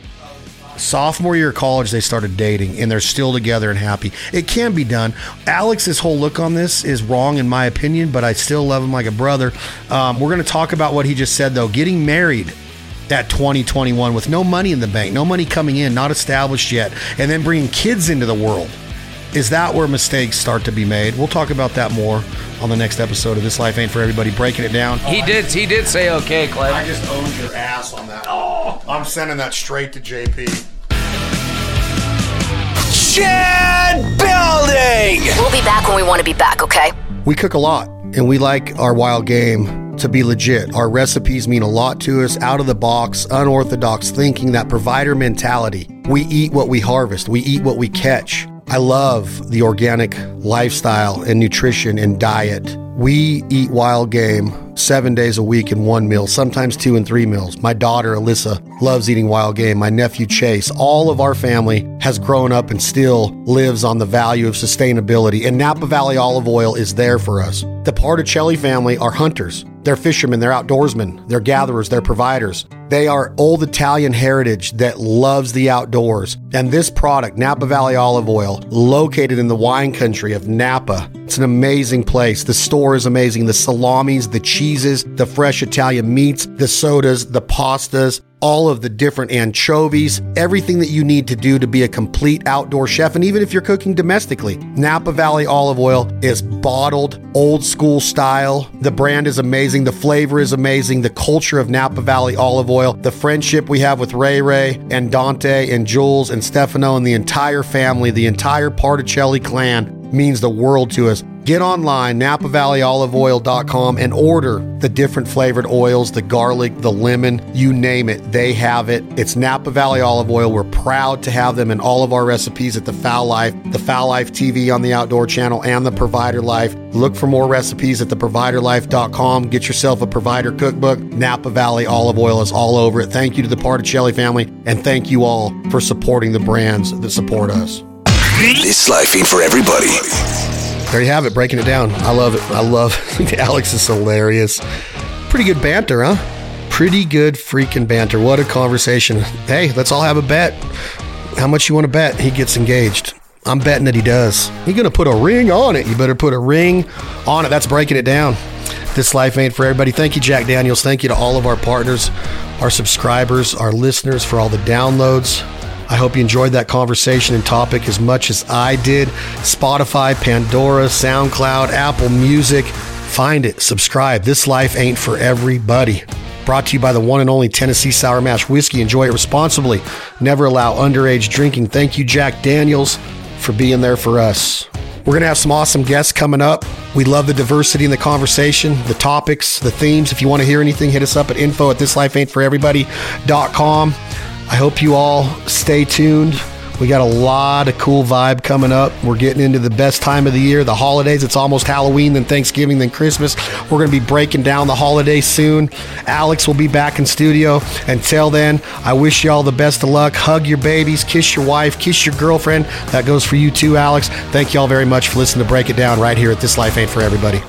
B: Sophomore year of college, they started dating and they're still together and happy. It can be done. Alex's whole look on this is wrong, in my opinion, but I still love him like a brother. Um, we're going to talk about what he just said, though. Getting married at 2021 with no money in the bank, no money coming in, not established yet, and then bringing kids into the world. Is that where mistakes start to be made? We'll talk about that more on the next episode of This Life Ain't for Everybody, breaking it down.
F: He did. He did say okay, Clay.
B: just owned your ass on that. Oh, I'm sending that straight to JP.
E: Chad Building!
G: We'll be back when we want to be back, okay?
B: We cook a lot and we like our wild game to be legit. Our recipes mean a lot to us, out of the box, unorthodox thinking, that provider mentality. We eat what we harvest, we eat what we catch. I love the organic lifestyle and nutrition and diet. We eat wild game seven days a week in one meal, sometimes two and three meals. My daughter, Alyssa, loves eating wild game. My nephew, Chase, all of our family has grown up and still lives on the value of sustainability. And Napa Valley Olive Oil is there for us. The Particelli family are hunters. They're fishermen, they're outdoorsmen, they're gatherers, they're providers. They are old Italian heritage that loves the outdoors. And this product, Napa Valley Olive Oil, located in the wine country of Napa, it's an amazing place. The store is amazing. The salamis, the cheeses, the fresh Italian meats, the sodas, the pastas, all of the different anchovies, everything that you need to do to be a complete outdoor chef. And even if you're cooking domestically, Napa Valley olive oil is bottled old school style. The brand is amazing. The flavor is amazing. The culture of Napa Valley olive oil, the friendship we have with Ray Ray and Dante and Jules and Stefano and the entire family, the entire Particelli clan means the world to us. Get online, napavalleyoliveoil.com, and order the different flavored oils, the garlic, the lemon, you name it, they have it. It's Napa Valley Olive Oil. We're proud to have them in all of our recipes at the Foul Life, the Foul Life TV on the Outdoor Channel, and the Provider Life. Look for more recipes at theproviderlife.com. Get yourself a provider cookbook. Napa Valley Olive Oil is all over it. Thank you to the Particelli family, and thank you all for supporting the brands that support us.
H: This life ain't for everybody.
B: There you have it, breaking it down. I love it. I love (laughs) Alex is hilarious. Pretty good banter, huh? Pretty good freaking banter. What a conversation. Hey, let's all have a bet. How much you want to bet he gets engaged? I'm betting that he does. He's going to put a ring on it. You better put a ring on it. That's breaking it down. This life ain't for everybody. Thank you, Jack Daniels. Thank you to all of our partners, our subscribers, our listeners for all the downloads. I hope you enjoyed that conversation and topic as much as I did. Spotify, Pandora, SoundCloud, Apple Music. Find it, subscribe. This life ain't for everybody. Brought to you by the one and only Tennessee Sour Mash Whiskey. Enjoy it responsibly. Never allow underage drinking. Thank you, Jack Daniels, for being there for us. We're going to have some awesome guests coming up. We love the diversity in the conversation, the topics, the themes. If you want to hear anything, hit us up at info at thislifeaintforeverybody.com. I hope you all stay tuned. We got a lot of cool vibe coming up. We're getting into the best time of the year, the holidays. It's almost Halloween, then Thanksgiving, then Christmas. We're going to be breaking down the holiday soon. Alex will be back in studio. Until then, I wish you all the best of luck. Hug your babies, kiss your wife, kiss your girlfriend. That goes for you too, Alex. Thank you all very much for listening to Break It Down right here at This Life Ain't For Everybody.